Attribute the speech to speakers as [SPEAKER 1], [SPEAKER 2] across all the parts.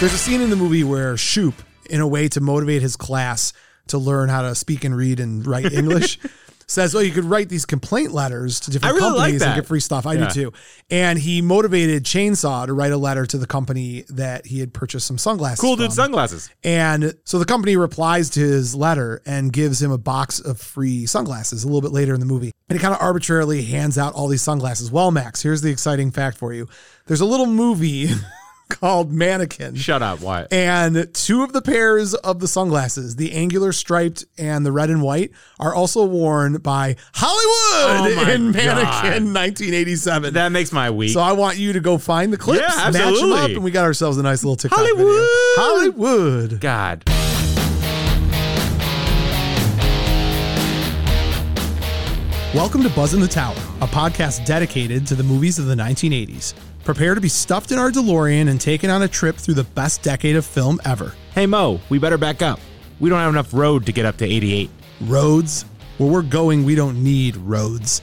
[SPEAKER 1] There's a scene in the movie where Shoop, in a way to motivate his class to learn how to speak and read and write English, says, "Oh, you could write these complaint letters to different
[SPEAKER 2] I really like
[SPEAKER 1] companies and
[SPEAKER 2] that.
[SPEAKER 1] get free stuff." I
[SPEAKER 2] Yeah.
[SPEAKER 1] do too. And he motivated Chainsaw to write a letter to the company that he had purchased some sunglasses.
[SPEAKER 2] Cool
[SPEAKER 1] from.
[SPEAKER 2] dude sunglasses.
[SPEAKER 1] And so the company replies to his letter and gives him a box of free sunglasses a little bit later in the movie. And he kind of arbitrarily hands out all these sunglasses. Well, Max, here's the exciting fact for you there's a little movie called Mannequin.
[SPEAKER 2] Shut up, Wyatt.
[SPEAKER 1] And two of the pairs of the sunglasses, the angular striped and the red and white, are also worn by Hollywood
[SPEAKER 2] Oh my
[SPEAKER 1] in
[SPEAKER 2] God.
[SPEAKER 1] Mannequin 1987.
[SPEAKER 2] That makes my week.
[SPEAKER 1] so I want you to go find the clips,
[SPEAKER 2] Yeah,
[SPEAKER 1] match them
[SPEAKER 2] absolutely.
[SPEAKER 1] up, and we got ourselves a nice little TikTok video.
[SPEAKER 2] Hollywood.
[SPEAKER 1] Hollywood.
[SPEAKER 2] God.
[SPEAKER 1] Welcome to Buzz in the Tower, a podcast dedicated to the movies of the 1980s. Prepare to be stuffed in our DeLorean and taken on a trip through the best decade of film ever.
[SPEAKER 2] Hey Mo, we better back up. We don't have enough road to get up to 88.
[SPEAKER 1] Roads? Where we're going, we don't need roads.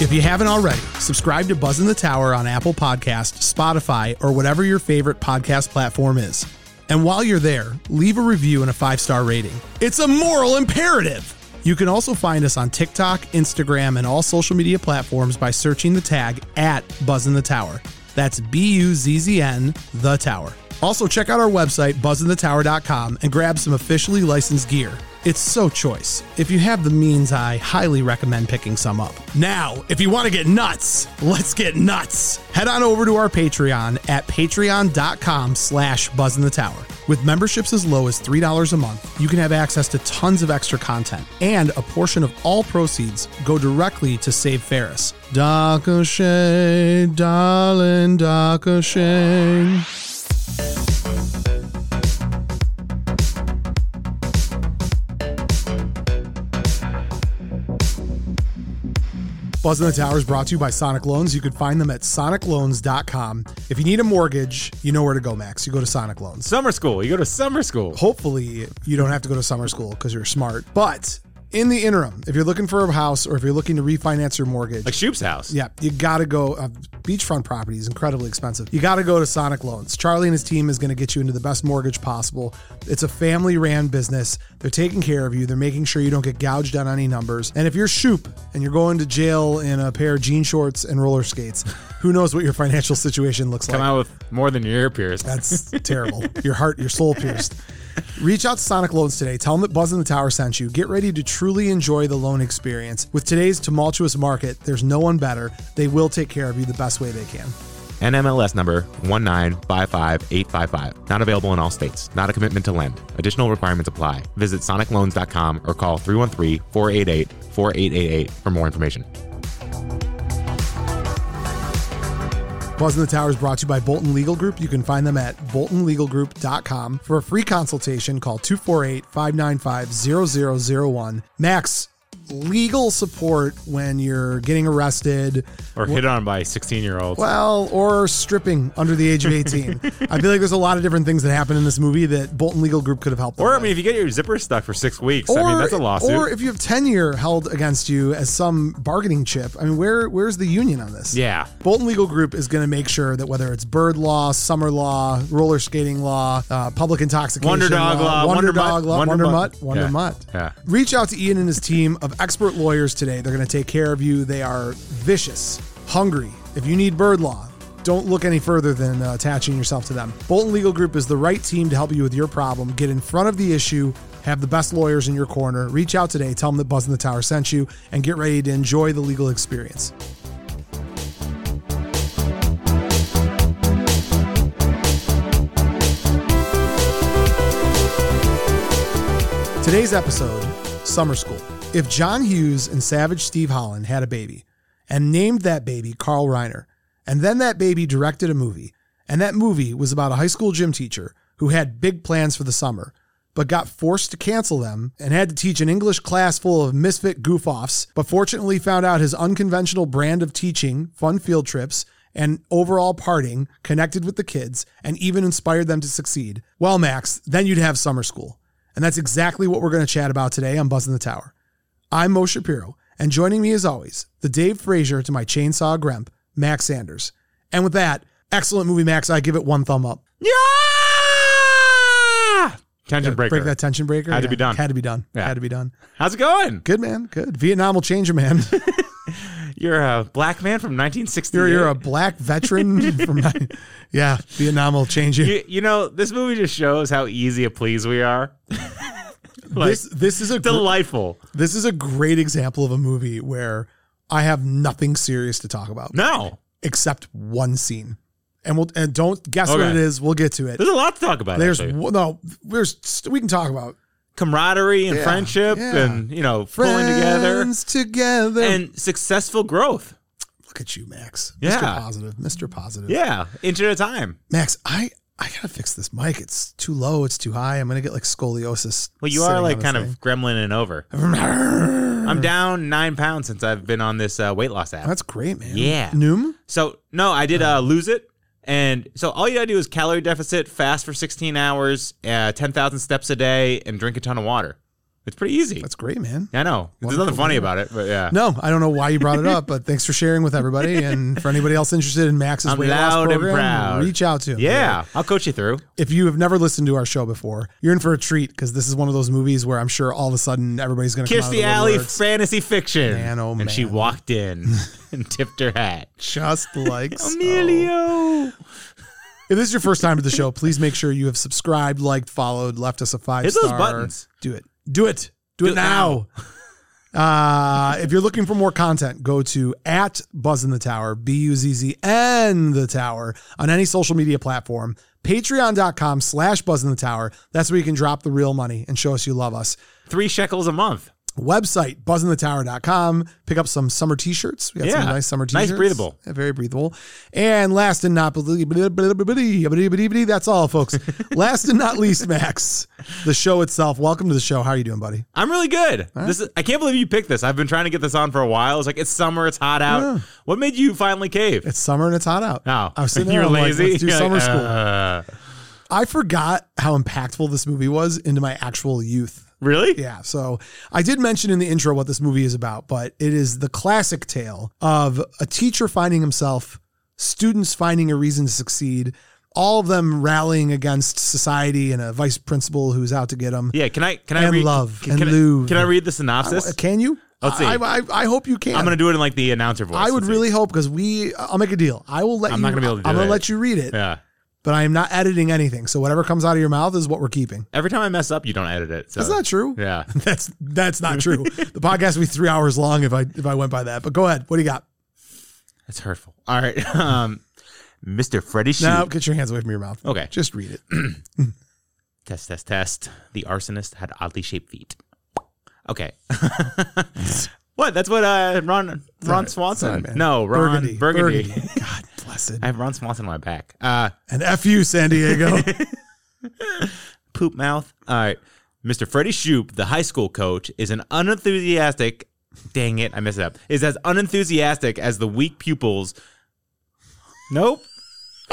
[SPEAKER 1] If you haven't already, subscribe to Buzz in the Tower on Apple Podcast, Spotify, or whatever your favorite podcast platform is. And while you're there, leave a review and a five-star rating. It's a moral imperative. You can also find us on TikTok, Instagram, and all social media platforms by searching the tag at Buzz in the Tower. That's B-U-Z-Z-N, The Tower. Also, check out our website, buzzinthetower.com, and grab some officially licensed gear. It's so choice. If you have the means, I highly recommend picking some up. Now, if you want to get nuts, let's get nuts. Head on over to our Patreon at patreon.com slash buzzinthetower. With memberships as low as $3 a month, you can have access to tons of extra content, and a portion of all proceeds go directly to Save Ferris. Doc O'Shea, darling Doc O'Shea. Buzz in the Tower is brought to you by Sonic Loans. You can find them at sonicloans.com. If you need a mortgage, you know where to go, Max. You go to Sonic Loans.
[SPEAKER 2] Summer school. You go to summer school.
[SPEAKER 1] Hopefully, you don't have to go to summer school because you're smart. But in the interim, if you're looking for a house or if you're looking to refinance your mortgage,
[SPEAKER 2] Like Shoop's house.
[SPEAKER 1] yeah, you got to go. Uh, beachfront property is incredibly expensive. You got to go to Sonic Loans. Charlie and his team is going to get you into the best mortgage possible. It's a family ran business. They're taking care of you, they're making sure you don't get gouged on any numbers. And if you're Shoop and you're going to jail in a pair of jean shorts and roller skates, who knows what your financial situation looks like?
[SPEAKER 2] Come out with more than your ear pierced.
[SPEAKER 1] That's terrible. Your heart, your soul pierced. Reach out to Sonic Loans today. Tell them that Buzz in the Tower sent you. Get ready to truly enjoy the loan experience. With today's tumultuous market, there's no one better. They will take care of you the best way they can.
[SPEAKER 2] NMLS number 1955855. Not available in all states. Not a commitment to lend. Additional requirements apply. Visit sonicloans.com or call 313-488-4888 for more information.
[SPEAKER 1] Buzz in the Tower is brought to you by Bolton Legal Group. You can find them at boltonlegalgroup.com. For a free consultation, call 248 595 0001. Max, legal support when you're getting arrested,
[SPEAKER 2] Or hit on by 16-year-olds.
[SPEAKER 1] Well, or stripping under the age of 18. I feel like there's a lot of different things that happen in this movie that Bolton Legal Group could have helped. them
[SPEAKER 2] Or I
[SPEAKER 1] with.
[SPEAKER 2] mean, if you get your zipper stuck for six weeks, I mean that's a lawsuit.
[SPEAKER 1] Or if you have tenure held against you as some bargaining chip, I mean, where where's the union on this?
[SPEAKER 2] yeah.
[SPEAKER 1] Bolton Legal Group is going to make sure that whether it's bird law, summer law, roller skating law, uh, public intoxication
[SPEAKER 2] Wonder dog law,
[SPEAKER 1] uh, Wonder,
[SPEAKER 2] wonder
[SPEAKER 1] dog
[SPEAKER 2] mutt,
[SPEAKER 1] law,
[SPEAKER 2] wonder
[SPEAKER 1] wonder
[SPEAKER 2] mutt.
[SPEAKER 1] mutt, wonder
[SPEAKER 2] Yeah.
[SPEAKER 1] mutt.
[SPEAKER 2] Yeah.
[SPEAKER 1] Reach out to Ian and his team of expert lawyers today. They're going to take care of you. They are vicious, hungry. If you need bird law, don't look any further than uh, attaching yourself to them. Bolton Legal Group is the right team to help you with your problem. Get in front of the issue, have the best lawyers in your corner. Reach out today, tell them that Buzz in the Tower sent you, and get ready to enjoy the legal experience. Today's episode Summer School. If John Hughes and Savage Steve Holland had a baby, and named that baby Carl Reiner. And then that baby directed a movie. And that movie was about a high school gym teacher who had big plans for the summer, but got forced to cancel them and had to teach an English class full of misfit goof offs. But fortunately, found out his unconventional brand of teaching, fun field trips, and overall partying connected with the kids and even inspired them to succeed. Well, Max, then you'd have summer school. And that's exactly what we're going to chat about today on Buzz in the Tower. I'm Mo Shapiro, and joining me as always, the Dave Frazier to my chainsaw gremp, Max Sanders. And with that, excellent movie, Max. I give it one thumb up.
[SPEAKER 2] Yeah! Tension breaker.
[SPEAKER 1] Break that tension breaker.
[SPEAKER 2] Had to be done.
[SPEAKER 1] Had to be done.
[SPEAKER 2] Yeah.
[SPEAKER 1] Had to be done.
[SPEAKER 2] How's it going?
[SPEAKER 1] Good man. Good. Vietnam will change you, man.
[SPEAKER 2] You're a black man from 1960.
[SPEAKER 1] You're, you're a black veteran from. Yeah, Vietnam will change you.
[SPEAKER 2] You, you know, this movie just shows how easy a please we are. like,
[SPEAKER 1] this this is a gr-
[SPEAKER 2] delightful.
[SPEAKER 1] this is a great example of a movie where I have nothing serious to talk about
[SPEAKER 2] No,
[SPEAKER 1] except one scene, and we'll and don't guess what
[SPEAKER 2] Okay.
[SPEAKER 1] it is. We'll get to it.
[SPEAKER 2] there's a lot to talk about.
[SPEAKER 1] There's
[SPEAKER 2] actually.
[SPEAKER 1] one- no, there's we can talk about
[SPEAKER 2] camaraderie and
[SPEAKER 1] Yeah.
[SPEAKER 2] friendship
[SPEAKER 1] Yeah.
[SPEAKER 2] and, you know, pulling together
[SPEAKER 1] Friends together.
[SPEAKER 2] and successful growth.
[SPEAKER 1] Look at you, Max. Mr.
[SPEAKER 2] Yeah.
[SPEAKER 1] Positive, Mr. Positive.
[SPEAKER 2] Yeah, inch at a time.
[SPEAKER 1] Max, I I gotta fix this mic. It's too low. It's too high. I'm gonna get like scoliosis.
[SPEAKER 2] Well, you
[SPEAKER 1] sitting
[SPEAKER 2] are
[SPEAKER 1] on Uh-huh.
[SPEAKER 2] like
[SPEAKER 1] this
[SPEAKER 2] kind
[SPEAKER 1] thing.
[SPEAKER 2] of gremlin and over. I'm down nine pounds since I've been on this uh, weight loss app.
[SPEAKER 1] That's great, man.
[SPEAKER 2] Yeah.
[SPEAKER 1] Noom.
[SPEAKER 2] So no, I did
[SPEAKER 1] Uh-huh.
[SPEAKER 2] uh, lose it, and so all you gotta do is calorie deficit, fast for 16 hours, uh, 10,000 steps a day, and drink a ton of water. It's pretty easy.
[SPEAKER 1] That's great, man.
[SPEAKER 2] I know. There's nothing funny about it, but yeah.
[SPEAKER 1] No, I don't know why you brought it up, but thanks for sharing with everybody. And for anybody else interested in Max's
[SPEAKER 2] I'm
[SPEAKER 1] weight loss
[SPEAKER 2] loud and
[SPEAKER 1] program,
[SPEAKER 2] proud.
[SPEAKER 1] reach out to him.
[SPEAKER 2] Yeah, I'll coach you through.
[SPEAKER 1] If you have never listened to our show before, you're in for a treat because this is one of those movies where I'm sure all of a sudden everybody's gonna come out of
[SPEAKER 2] Kirstie
[SPEAKER 1] the
[SPEAKER 2] Alley,
[SPEAKER 1] woodworks.
[SPEAKER 2] fantasy fiction.
[SPEAKER 1] Man, oh,
[SPEAKER 2] and
[SPEAKER 1] man.
[SPEAKER 2] she walked in and tipped her hat.
[SPEAKER 1] just like so.
[SPEAKER 2] Emilio.
[SPEAKER 1] If this is your first time to the show, please make sure you have subscribed, liked, followed, left us a five
[SPEAKER 2] Hit
[SPEAKER 1] star.
[SPEAKER 2] those buttons.
[SPEAKER 1] Do it. Do it. Do, it
[SPEAKER 2] it
[SPEAKER 1] now. uh, if you're looking for more content, go to at Buzz in the Tower, B U Z Z N the Tower on any social media platform. Patreon.com slash Buzz in the Tower. That's where you can drop the real money and show us you love us.
[SPEAKER 2] Three shekels a month.
[SPEAKER 1] Website, buzzinthetower.com. Pick up some summer t shirts. We got some
[SPEAKER 2] Yeah.
[SPEAKER 1] nice summer t
[SPEAKER 2] Nice
[SPEAKER 1] shirts.
[SPEAKER 2] breathable.
[SPEAKER 1] Yeah, very breathable. And last and not that's all, folks. last and not least, Max, the show itself. Welcome to the show. How are you doing, buddy?
[SPEAKER 2] I'm really good. This is, I can't believe you picked this. I've been trying to get this on for a while. It's like it's summer, it's hot out. What made you finally cave?
[SPEAKER 1] It's summer and it's hot out.
[SPEAKER 2] Oh,
[SPEAKER 1] I was sitting there.
[SPEAKER 2] you're
[SPEAKER 1] I'm like,
[SPEAKER 2] lazy.
[SPEAKER 1] let's do
[SPEAKER 2] You're
[SPEAKER 1] summer
[SPEAKER 2] like,
[SPEAKER 1] school.
[SPEAKER 2] uh,
[SPEAKER 1] I forgot how impactful this movie was into my actual youth.
[SPEAKER 2] really?
[SPEAKER 1] Yeah. So I did mention in the intro what this movie is about, but it is the classic tale of a teacher finding himself, students finding a reason to succeed, all of them rallying against society and a vice principal who's out to get them.
[SPEAKER 2] Yeah, can I can I
[SPEAKER 1] And
[SPEAKER 2] read
[SPEAKER 1] love,
[SPEAKER 2] can,
[SPEAKER 1] and
[SPEAKER 2] can I-
[SPEAKER 1] love.
[SPEAKER 2] Can I read the synopsis?
[SPEAKER 1] Uh, Can you?
[SPEAKER 2] Let's see.
[SPEAKER 1] I, I, I hope you can.
[SPEAKER 2] I'm gonna do it in like the announcer voice.
[SPEAKER 1] I would
[SPEAKER 2] Let's see.
[SPEAKER 1] really hope because we. I'll make a deal. I will let
[SPEAKER 2] I'm
[SPEAKER 1] you.
[SPEAKER 2] not gonna be able to do
[SPEAKER 1] I'm gonna
[SPEAKER 2] that.
[SPEAKER 1] let you read it,
[SPEAKER 2] Yeah.
[SPEAKER 1] but I am not editing anything. So whatever comes out of your mouth is what we're keeping.
[SPEAKER 2] Every time I mess up, you don't edit it. So.
[SPEAKER 1] That's not true.
[SPEAKER 2] Yeah.
[SPEAKER 1] That's that's not true. the podcast would be three hours long if I if I went by that. But go ahead. What do you got?
[SPEAKER 2] That's hurtful. All right. Um, Mr. Freddie Shoot.
[SPEAKER 1] No, get your hands away from your mouth.
[SPEAKER 2] Okay.
[SPEAKER 1] Just read it.
[SPEAKER 2] Test, test, test. The arsonist had oddly shaped feet. Okay. what? That's what uh, Ron Ron
[SPEAKER 1] Sorry,
[SPEAKER 2] Swanson.
[SPEAKER 1] man.
[SPEAKER 2] no, Ron
[SPEAKER 1] Burgundy.
[SPEAKER 2] Burgundy.
[SPEAKER 1] God bless it.
[SPEAKER 2] I have Ron Swanson on my back. Uh,
[SPEAKER 1] And F you, San Diego.
[SPEAKER 2] poop mouth. All right. Mr. Freddie Shoop, the high school coach, is an unenthusiastic. Dang it, I messed it up. Is as unenthusiastic as the weak pupils. Nope.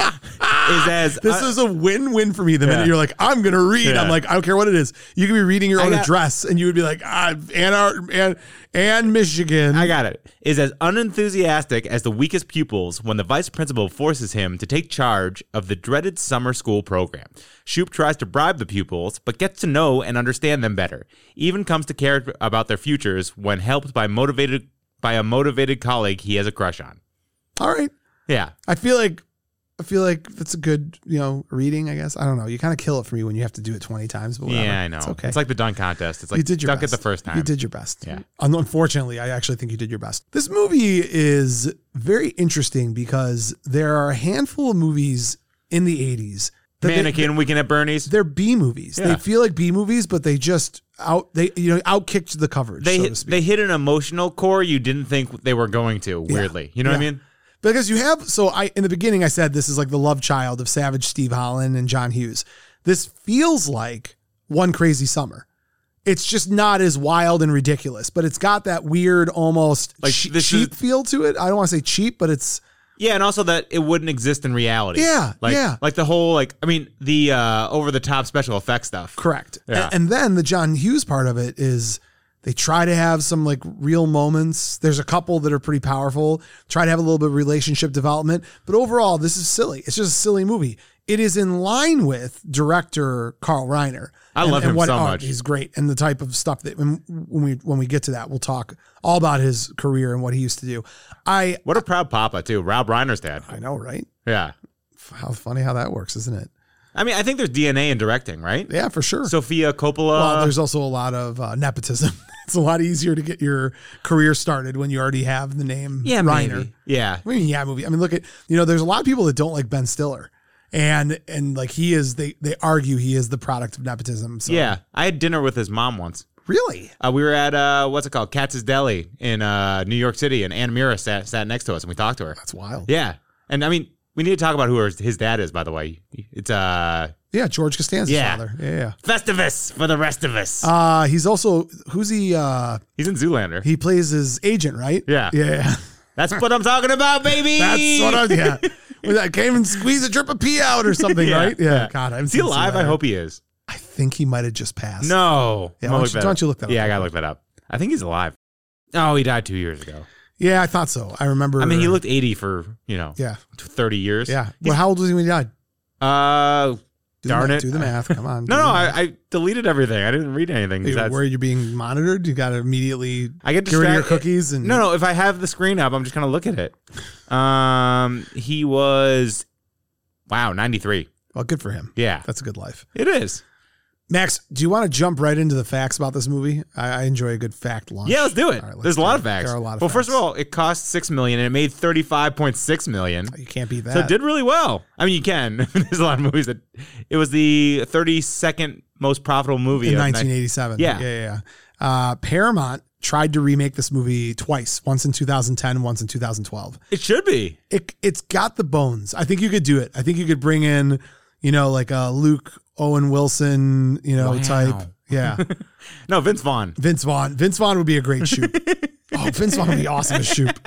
[SPEAKER 2] is as
[SPEAKER 1] this is a win-win for me. The minute
[SPEAKER 2] Yeah.
[SPEAKER 1] you're like, I'm gonna read,
[SPEAKER 2] Yeah.
[SPEAKER 1] I'm like, I don't care what it is. You could be reading your
[SPEAKER 2] I
[SPEAKER 1] own
[SPEAKER 2] got-
[SPEAKER 1] address and you would be like, ah, Ann Ar- and and Michigan.
[SPEAKER 2] I got it. Is as unenthusiastic as the weakest pupils when the vice principal forces him to take charge of the dreaded summer school program. Shoop tries to bribe the pupils, but gets to know and understand them better. Even comes to care about their futures when helped by motivated by a motivated colleague he has a crush on.
[SPEAKER 1] All right.
[SPEAKER 2] Yeah.
[SPEAKER 1] I feel like I feel like that's a good, you know, reading, I guess. I don't know. You kind of kill it for me when you have to do it 20 times, but whatever.
[SPEAKER 2] Yeah, I know.
[SPEAKER 1] It's okay.
[SPEAKER 2] like the dunk contest. It's like
[SPEAKER 1] you did your
[SPEAKER 2] dunk
[SPEAKER 1] best.
[SPEAKER 2] it the first time.
[SPEAKER 1] You did your best.
[SPEAKER 2] Yeah.
[SPEAKER 1] Un- Unfortunately, I actually think you did your best. This movie is very interesting because there are a handful of movies in the 80s that they-
[SPEAKER 2] Mannequin Weekend at Bernie's.
[SPEAKER 1] They're B movies.
[SPEAKER 2] Yeah.
[SPEAKER 1] They feel like B movies, but they just out they you know outkicked the coverage.
[SPEAKER 2] They
[SPEAKER 1] so to
[SPEAKER 2] hit,
[SPEAKER 1] speak.
[SPEAKER 2] they hit an emotional core you didn't think they were going to. Weirdly, you know what I
[SPEAKER 1] Yeah.
[SPEAKER 2] mean?
[SPEAKER 1] because you have so I in the beginning I said this is like the love child of Savage Steve Holland and John Hughes. This feels like one crazy summer. It's just not as wild and ridiculous, but it's got that weird almost
[SPEAKER 2] Like,
[SPEAKER 1] che-
[SPEAKER 2] this
[SPEAKER 1] cheap
[SPEAKER 2] is-
[SPEAKER 1] feel to it. I don't want to say cheap, but it's
[SPEAKER 2] Yeah, and also that it wouldn't exist in reality.
[SPEAKER 1] Yeah,
[SPEAKER 2] like,
[SPEAKER 1] yeah.
[SPEAKER 2] like the whole like I mean the uh over the top special effects stuff.
[SPEAKER 1] correct.
[SPEAKER 2] Yeah.
[SPEAKER 1] A- And then the John Hughes part of it is they try to have some like real moments. There's a couple that are pretty powerful. Try to have a little bit of relationship development, but overall this is silly. It's just a silly movie. It is in line with director Carl Reiner.
[SPEAKER 2] I love him so
[SPEAKER 1] oh,
[SPEAKER 2] much.
[SPEAKER 1] He's great, and the type of stuff that when, when we when we get to that, we'll talk all about his career and what he used to do. I
[SPEAKER 2] What a proud papa too, Rob Reiner's dad.
[SPEAKER 1] I know, right?
[SPEAKER 2] Yeah,
[SPEAKER 1] How funny how that works, isn't it?
[SPEAKER 2] I mean I think there's DNA in directing, right?
[SPEAKER 1] Yeah, for sure.
[SPEAKER 2] Sophia Coppola.
[SPEAKER 1] Well, there's also a lot of uh, nepotism. it's a lot easier to get your career started when you already have the name
[SPEAKER 2] yeah,
[SPEAKER 1] Reiner.
[SPEAKER 2] maybe. Yeah,
[SPEAKER 1] I mean, yeah, movie. I mean, look at you know, there's a lot of people that don't like Ben Stiller, and and like he is they they argue he is the product of nepotism. So.
[SPEAKER 2] yeah. I had dinner with his mom once.
[SPEAKER 1] really,
[SPEAKER 2] Uh, we were at uh, what's it called, Katz's Deli in uh, New York City, and Ann Mira sat sat next to us, and we talked to her.
[SPEAKER 1] that's wild. Yeah,
[SPEAKER 2] Yeah, and I mean, we need to talk about who her, his dad is, by the way. It's uh,
[SPEAKER 1] George Costanza's
[SPEAKER 2] Yeah.
[SPEAKER 1] father. Yeah, yeah.
[SPEAKER 2] Festivus for the rest of us.
[SPEAKER 1] Uh, he's also who's he? Uh,
[SPEAKER 2] He's in Zoolander.
[SPEAKER 1] he plays his agent, right?
[SPEAKER 2] Yeah.
[SPEAKER 1] yeah.
[SPEAKER 2] That's what I'm talking about, baby.
[SPEAKER 1] That's what I yeah. With that came and squeeze a drip of pee out or something,
[SPEAKER 2] Yeah,
[SPEAKER 1] right? Yeah.
[SPEAKER 2] yeah.
[SPEAKER 1] God, I'm
[SPEAKER 2] Is he alive? I hope he is.
[SPEAKER 1] I think he might have just passed.
[SPEAKER 2] No.
[SPEAKER 1] Yeah,
[SPEAKER 2] I'm
[SPEAKER 1] why
[SPEAKER 2] gonna
[SPEAKER 1] don't you-
[SPEAKER 2] that
[SPEAKER 1] why
[SPEAKER 2] up.
[SPEAKER 1] don't you look that
[SPEAKER 2] Yeah,
[SPEAKER 1] up?
[SPEAKER 2] I gotta look that up. I think he's alive. Oh, he died two years ago.
[SPEAKER 1] Yeah, I thought so. I remember.
[SPEAKER 2] I mean, he looked 80 for you know
[SPEAKER 1] Yeah,
[SPEAKER 2] 30 years.
[SPEAKER 1] yeah. Well, how old was he when he died?
[SPEAKER 2] Uh,
[SPEAKER 1] Do
[SPEAKER 2] Darn
[SPEAKER 1] the, math-
[SPEAKER 2] it.
[SPEAKER 1] Do the math. Come on.
[SPEAKER 2] no,
[SPEAKER 1] do
[SPEAKER 2] no.
[SPEAKER 1] the math.
[SPEAKER 2] I, I deleted everything. I didn't read anything. 'cause
[SPEAKER 1] You're
[SPEAKER 2] that's-
[SPEAKER 1] worried you're being monitored. You got to immediately
[SPEAKER 2] I get
[SPEAKER 1] get rid of your
[SPEAKER 2] distracted.
[SPEAKER 1] cookies and
[SPEAKER 2] No, no. If I have the screen up, I'm just gonna look at it. Um, he was, wow, 93.
[SPEAKER 1] Well, good for him.
[SPEAKER 2] Yeah,
[SPEAKER 1] That's a good life.
[SPEAKER 2] it is.
[SPEAKER 1] Max, do you want to jump right into the facts about this movie? I, I enjoy a good fact launch.
[SPEAKER 2] Yeah, let's do it.
[SPEAKER 1] All right, let's
[SPEAKER 2] There's a
[SPEAKER 1] do
[SPEAKER 2] lot
[SPEAKER 1] it.
[SPEAKER 2] of facts.
[SPEAKER 1] There are a lot of
[SPEAKER 2] well, first of
[SPEAKER 1] facts.
[SPEAKER 2] all, it cost six million and it made thirty-five point six million.
[SPEAKER 1] You can't beat that.
[SPEAKER 2] So it did really well. I mean, you can. There's a lot of movies that it was the thirty-second most profitable movie
[SPEAKER 1] in
[SPEAKER 2] of nine-
[SPEAKER 1] 1987.
[SPEAKER 2] Yeah.
[SPEAKER 1] yeah, yeah. yeah. Uh, Paramount tried to remake this movie twice, once in 2010, once in 2012.
[SPEAKER 2] It should be.
[SPEAKER 1] it it's got the bones. I think you could do it. I think you could bring in, you know, like a Luke Owen Wilson, you know,
[SPEAKER 2] Wow.
[SPEAKER 1] type. Yeah,
[SPEAKER 2] No, Vince Vaughn.
[SPEAKER 1] Vince Vaughn. Vince Vaughn would be a great shoot. oh, Vince Vaughn would be awesome as shoot.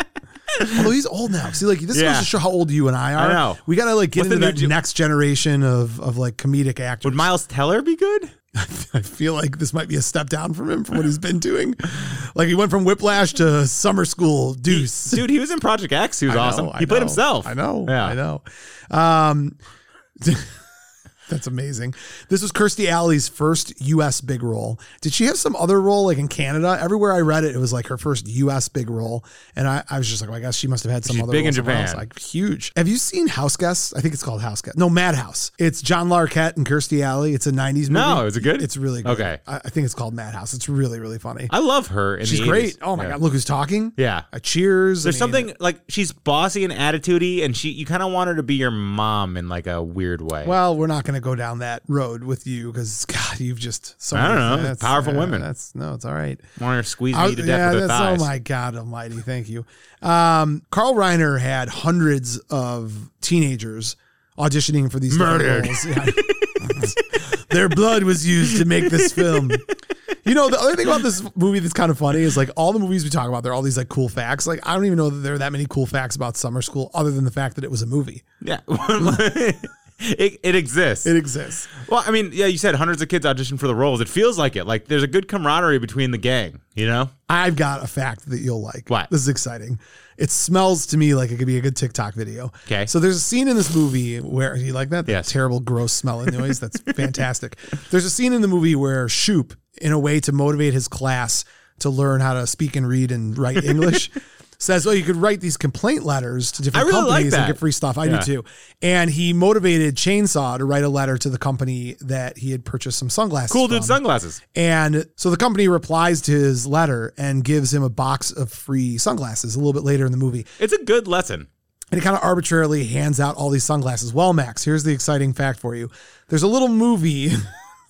[SPEAKER 1] Although he's old now. See, like this
[SPEAKER 2] Yeah.
[SPEAKER 1] goes to show how old you and I are.
[SPEAKER 2] I know.
[SPEAKER 1] We gotta like get
[SPEAKER 2] What's the
[SPEAKER 1] into
[SPEAKER 2] new
[SPEAKER 1] that
[SPEAKER 2] ge-
[SPEAKER 1] next generation of of like comedic actors.
[SPEAKER 2] Would Miles Teller be good?
[SPEAKER 1] I feel like this might be a step down from him from what he's been doing. Like he went from Whiplash to Summer School Deuce.
[SPEAKER 2] Dude, he was in Project X. He was
[SPEAKER 1] I know,
[SPEAKER 2] awesome.
[SPEAKER 1] I
[SPEAKER 2] he played
[SPEAKER 1] know,
[SPEAKER 2] himself.
[SPEAKER 1] I know.
[SPEAKER 2] Yeah.
[SPEAKER 1] I know. Um, that's amazing. This was Kirstie Alley's first U.S. big role. Did she have some other role like in Canada? Everywhere I read it, it was like her first U.S. big role, and I, I was just like, well, I guess she must have had some
[SPEAKER 2] She's
[SPEAKER 1] other
[SPEAKER 2] big
[SPEAKER 1] role
[SPEAKER 2] in
[SPEAKER 1] somewhere
[SPEAKER 2] Japan.
[SPEAKER 1] else. Like huge. Have you seen House Guest? I think it's called House Guest. No, Madhouse. It's John Larquette and Kirstie Alley. It's a '90s movie.
[SPEAKER 2] No, is it good?
[SPEAKER 1] It's really good.
[SPEAKER 2] Okay.
[SPEAKER 1] I, I think it's called Madhouse. It's really really funny.
[SPEAKER 2] I love her. In
[SPEAKER 1] She's
[SPEAKER 2] the
[SPEAKER 1] great.
[SPEAKER 2] 80s.
[SPEAKER 1] Oh my
[SPEAKER 2] Yeah.
[SPEAKER 1] god, look who's talking.
[SPEAKER 2] Yeah.
[SPEAKER 1] Uh, cheers. I
[SPEAKER 2] There's
[SPEAKER 1] mean,
[SPEAKER 2] something like she's bossy and attitudey, and she you kind of want her to be your mom in like a weird way.
[SPEAKER 1] Well, we're not going to go down that road with you because God, you've just so.
[SPEAKER 2] I don't know.
[SPEAKER 1] that's-
[SPEAKER 2] Powerful women.
[SPEAKER 1] That's no, it's all right.
[SPEAKER 2] want her to squeeze
[SPEAKER 1] I-
[SPEAKER 2] me to death with her thighs.
[SPEAKER 1] oh my God Almighty! Thank you. Um, Carl Reiner had hundreds of teenagers auditioning for these different
[SPEAKER 2] Murdered.
[SPEAKER 1] roles. Yeah. Their blood was used to make this film. You know, the other thing about this movie that's kind of funny is like all the movies we talk about, they're all these like cool facts. Like, I don't even know that there are that many cool facts about summer school other than the fact that it was a movie.
[SPEAKER 2] Yeah.
[SPEAKER 1] oh
[SPEAKER 2] it, it exists.
[SPEAKER 1] It exists.
[SPEAKER 2] well, I mean, yeah, you said hundreds of kids auditioned for the roles. It feels like it. Like there's a good camaraderie between the gang, you know?
[SPEAKER 1] I've got a fact that you'll like.
[SPEAKER 2] What?
[SPEAKER 1] This is exciting. It smells to me like it could be a good TikTok video.
[SPEAKER 2] 'Kay.
[SPEAKER 1] So there's a scene in this movie where you like that?
[SPEAKER 2] Yes.
[SPEAKER 1] Terrible, gross smell and noise. That's fantastic. There's a scene in the movie where Shoop, in a way to motivate his class to learn how to speak and read and write English, says, "Oh, you could write these complaint letters to different
[SPEAKER 2] I really like
[SPEAKER 1] companies and
[SPEAKER 2] that.
[SPEAKER 1] get free stuff." I
[SPEAKER 2] Yeah.
[SPEAKER 1] do too. And he motivated Chainsaw to write a letter to the company that he had purchased some sunglasses.
[SPEAKER 2] Cool dude
[SPEAKER 1] from.
[SPEAKER 2] sunglasses.
[SPEAKER 1] And so the company replies to his letter and gives him a box of free sunglasses a little bit later in the movie.
[SPEAKER 2] It's a good lesson.
[SPEAKER 1] And it kind of arbitrarily hands out all these sunglasses. Well, Max, here's the exciting fact for you there's a little movie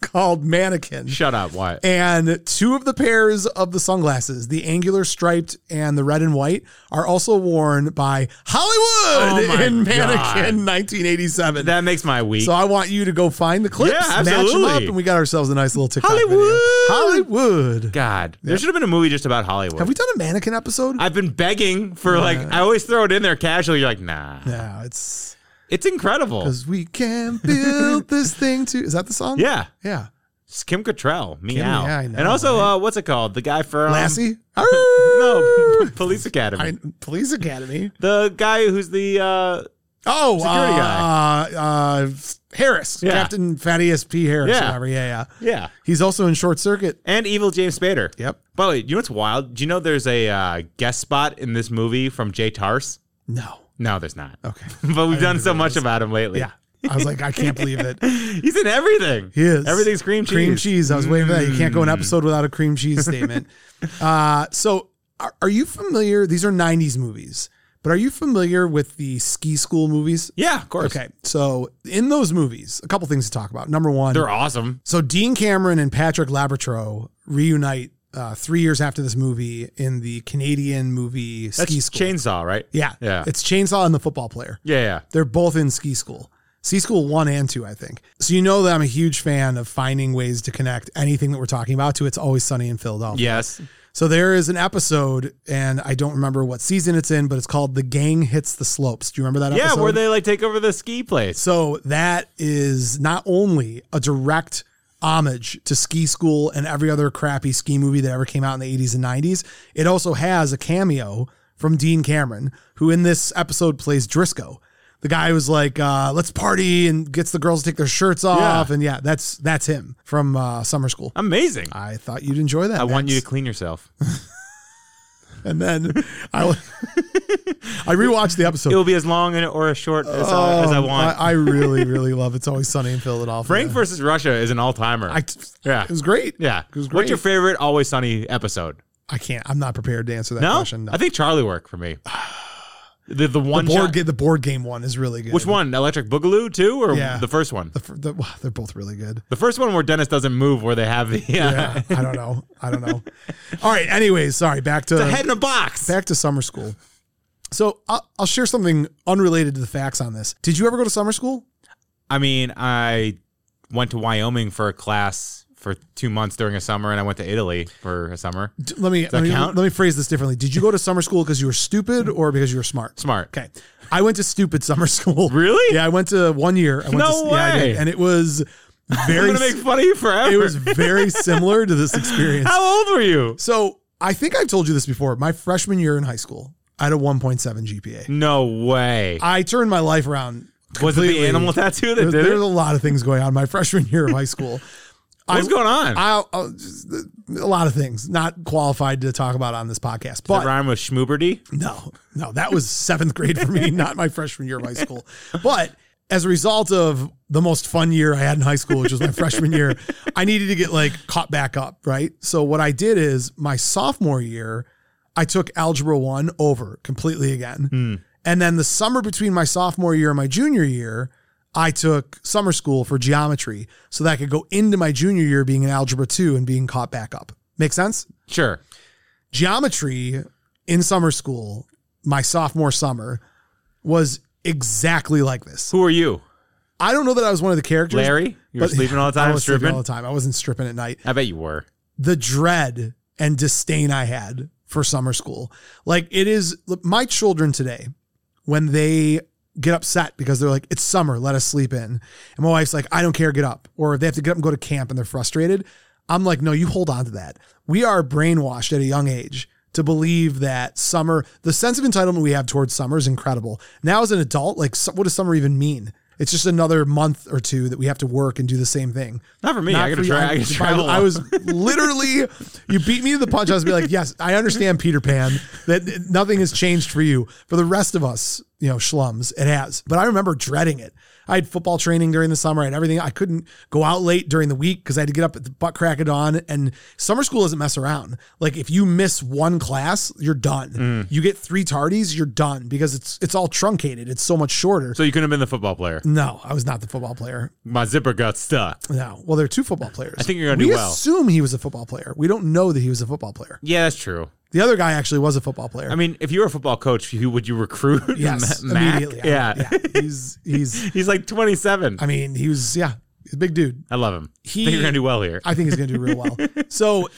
[SPEAKER 1] called Mannequin.
[SPEAKER 2] Shut up, Wyatt.
[SPEAKER 1] And two of the pairs of the sunglasses, the angular striped and the red and white, are also worn by Hollywood
[SPEAKER 2] Oh my
[SPEAKER 1] in
[SPEAKER 2] God.
[SPEAKER 1] Mannequin 1987.
[SPEAKER 2] That makes my week.
[SPEAKER 1] so I want you to go find the clips,
[SPEAKER 2] Yeah,
[SPEAKER 1] match them up,
[SPEAKER 2] absolutely.
[SPEAKER 1] and we got ourselves a nice little TikTok video.
[SPEAKER 2] Hollywood.
[SPEAKER 1] Hollywood.
[SPEAKER 2] God, there should have been a movie just about Hollywood.
[SPEAKER 1] Have we done a mannequin episode?
[SPEAKER 2] I've been begging for like I always throw it in there casually. You're like, nah,
[SPEAKER 1] no, it's
[SPEAKER 2] it's incredible.
[SPEAKER 1] because we can build this thing to. Is that the song?
[SPEAKER 2] Yeah,
[SPEAKER 1] Yeah.
[SPEAKER 2] it's Kim Cattrall, meow,
[SPEAKER 1] yeah, I know,
[SPEAKER 2] and also uh, what's it called? The guy from
[SPEAKER 1] Lassie?
[SPEAKER 2] No, Police Academy.
[SPEAKER 1] I, Police Academy.
[SPEAKER 2] the guy who's the uh,
[SPEAKER 1] Oh,
[SPEAKER 2] Security
[SPEAKER 1] uh,
[SPEAKER 2] guy.
[SPEAKER 1] Uh, Harris,
[SPEAKER 2] Yeah.
[SPEAKER 1] Captain Thaddeus P. Harris.
[SPEAKER 2] Yeah.
[SPEAKER 1] Yeah. Whatever. yeah, yeah.
[SPEAKER 2] yeah,
[SPEAKER 1] He's also in Short Circuit.
[SPEAKER 2] and evil James Spader.
[SPEAKER 1] Yep.
[SPEAKER 2] By the way, you know what's wild? Do you know there's a uh, guest spot in this movie from Jay Tars?
[SPEAKER 1] No.
[SPEAKER 2] No, there's not.
[SPEAKER 1] Okay.
[SPEAKER 2] But we've done
[SPEAKER 1] Oh. didn't
[SPEAKER 2] so much
[SPEAKER 1] realize.
[SPEAKER 2] about him lately.
[SPEAKER 1] Yeah. I was like, I can't believe it.
[SPEAKER 2] He's in everything.
[SPEAKER 1] He is.
[SPEAKER 2] Everything's cream cheese. Mm.
[SPEAKER 1] Cream cheese. I was waiting for that. You can't go an episode without a cream cheese statement. uh, so, are, are you familiar? These are 90s movies, but are you familiar with the ski school movies?
[SPEAKER 2] Yeah, of course.
[SPEAKER 1] Okay. So, in those movies, a couple things to talk about. Number one,
[SPEAKER 2] They're awesome.
[SPEAKER 1] So Dean Cameron and Patrick Labatro reunite uh, three years after this movie in the Canadian movie
[SPEAKER 2] That's
[SPEAKER 1] Ski School.
[SPEAKER 2] Chainsaw, right?
[SPEAKER 1] yeah,
[SPEAKER 2] Yeah.
[SPEAKER 1] It's Chainsaw and the Football Player.
[SPEAKER 2] Yeah, yeah.
[SPEAKER 1] They're both in Ski School. Ski School one and two, I think. So you know that I'm a huge fan of finding ways to connect anything that we're talking about to It's Always Sunny in Philadelphia.
[SPEAKER 2] Yes.
[SPEAKER 1] So there is an episode, and I don't remember what season it's in, but it's called "The Gang Hits the Slopes." Do you remember that?
[SPEAKER 2] Yeah,
[SPEAKER 1] episode?
[SPEAKER 2] where they like take over the ski place.
[SPEAKER 1] So that is not only a direct homage to Ski School and every other crappy ski movie that ever came out in the 80s and 90s, it also has a cameo from Dean Cameron, who in this episode plays Drisco. The guy who's like, uh, let's party and gets the girls to take their shirts off. And yeah, that's that's him from uh, summer school.
[SPEAKER 2] Amazing.
[SPEAKER 1] I thought you'd enjoy that.
[SPEAKER 2] I want
[SPEAKER 1] Max.
[SPEAKER 2] you to clean yourself.
[SPEAKER 1] And then I, I rewatched the episode.
[SPEAKER 2] It will be as long and- or as short as, I as I
[SPEAKER 1] Um,
[SPEAKER 2] want.
[SPEAKER 1] I, I really, really love It's Always Sunny in Philadelphia.
[SPEAKER 2] Frank versus Russia is an all timer.
[SPEAKER 1] I,
[SPEAKER 2] Yeah.
[SPEAKER 1] It was great.
[SPEAKER 2] Yeah.
[SPEAKER 1] It was
[SPEAKER 2] What's
[SPEAKER 1] great.
[SPEAKER 2] your favorite Always Sunny episode?
[SPEAKER 1] I can't. I'm not prepared to answer that
[SPEAKER 2] No?
[SPEAKER 1] question. No.
[SPEAKER 2] I think Charlie worked for me. The, the one
[SPEAKER 1] the board
[SPEAKER 2] shot-
[SPEAKER 1] game. The board game one is really good.
[SPEAKER 2] Which one? Electric Boogaloo 2 or
[SPEAKER 1] Yeah.
[SPEAKER 2] the first one?
[SPEAKER 1] The, fir- the, wow, they're both really good.
[SPEAKER 2] The first one where Dennis doesn't move, where they have the, uh,
[SPEAKER 1] Yeah. I don't know. I don't know. All right. Anyways, sorry. Back to
[SPEAKER 2] the head in a box.
[SPEAKER 1] back to summer school. So I'll, I'll share something unrelated to the facts on this. Did you ever go to summer school?
[SPEAKER 2] I mean, I went to Wyoming for a class for two months during a summer, and I went to Italy for a summer.
[SPEAKER 1] D- let me let me,
[SPEAKER 2] count?
[SPEAKER 1] let me phrase this differently. Did you go to summer school because you were stupid or because you were smart?
[SPEAKER 2] Smart.
[SPEAKER 1] Okay. I went to stupid summer school.
[SPEAKER 2] Really?
[SPEAKER 1] Yeah. I went to one year. I went
[SPEAKER 2] No
[SPEAKER 1] to, Yeah, I
[SPEAKER 2] way.
[SPEAKER 1] did. And it was very.
[SPEAKER 2] I'm gonna make fun of you forever.
[SPEAKER 1] it was very similar to this experience.
[SPEAKER 2] How old were you?
[SPEAKER 1] So I think I've told you this before. My freshman year in high school, I had a 1.7 GPA.
[SPEAKER 2] No way.
[SPEAKER 1] I turned my life around.
[SPEAKER 2] was it the
[SPEAKER 1] completely.
[SPEAKER 2] animal tattoo that
[SPEAKER 1] There's,
[SPEAKER 2] did
[SPEAKER 1] there's a
[SPEAKER 2] it?
[SPEAKER 1] lot of things going on my freshman year of high school.
[SPEAKER 2] What's
[SPEAKER 1] I-
[SPEAKER 2] going on? I,
[SPEAKER 1] I, I just, a lot of things not qualified to talk about on this podcast, but
[SPEAKER 2] rhyme with schmooberty.
[SPEAKER 1] No, no, that was seventh grade for me, not my freshman year of high school. But as a result of the most fun year I had in high school, which was my freshman year, I needed to get like caught back up, right? So what I did is my sophomore year, I took Algebra 1 over completely again. And then the summer between my sophomore year and my junior year, I took summer school for geometry so that I could go into my junior year being in Algebra 2 and being caught back up. Make sense?
[SPEAKER 2] Sure.
[SPEAKER 1] geometry in summer school, my sophomore summer, was exactly like this.
[SPEAKER 2] Who are you,
[SPEAKER 1] I don't know that I was one of the characters.
[SPEAKER 2] Larry? You were
[SPEAKER 1] but-
[SPEAKER 2] sleeping all the
[SPEAKER 1] I
[SPEAKER 2] time,
[SPEAKER 1] was
[SPEAKER 2] stripping.
[SPEAKER 1] sleeping all the time. I wasn't stripping at night.
[SPEAKER 2] I bet you were.
[SPEAKER 1] The dread and disdain I had for summer school. Like it is look, my children today, when they get upset because they're like, it's summer, let us sleep in. And my wife's like, I don't care, get up. Or they have to get up and go to camp and they're frustrated. I'm like, no, you hold on to that. We are brainwashed at a young age to believe that summer, the sense of entitlement we have towards summer is incredible. Now, as an adult, like, su- what does summer even mean? It's just another month or two that we have to work and do the same thing.
[SPEAKER 2] Not for me. I
[SPEAKER 1] Not
[SPEAKER 2] gotta
[SPEAKER 1] for you.
[SPEAKER 2] try. I gotta travel.
[SPEAKER 1] I was literally, you beat me to the punch. I was be like, yes, I understand, Peter Pan, that nothing has changed for you. For the rest of us, you know, schlums. It has. But I remember dreading it. I had football training during the summer and everything. I couldn't go out late during the week because I had to get up at the butt crack of dawn. And summer school doesn't mess around. Like if you miss one class, you're done.
[SPEAKER 2] Mm.
[SPEAKER 1] You get three tardies, you're done because it's it's all truncated. It's so much shorter.
[SPEAKER 2] So you couldn't have been the football player.
[SPEAKER 1] no, I was not the football player.
[SPEAKER 2] My zipper got stuck.
[SPEAKER 1] No. Well, there are two football players. I
[SPEAKER 2] think you're gonna do well.
[SPEAKER 1] We assume he was a football player. We don't know that he was a football player.
[SPEAKER 2] Yeah, that's true.
[SPEAKER 1] The other guy actually was a football player.
[SPEAKER 2] I mean, if you were a football coach, who would you recruit?
[SPEAKER 1] yes,
[SPEAKER 2] Ma- Mac?
[SPEAKER 1] immediately. I-
[SPEAKER 2] Yeah.
[SPEAKER 1] yeah. He's he's.
[SPEAKER 2] He's like 27.
[SPEAKER 1] I mean, he was yeah, he's a big dude.
[SPEAKER 2] I love him.
[SPEAKER 1] He-
[SPEAKER 2] I think you're going to do well here.
[SPEAKER 1] I think he's going to do real well. So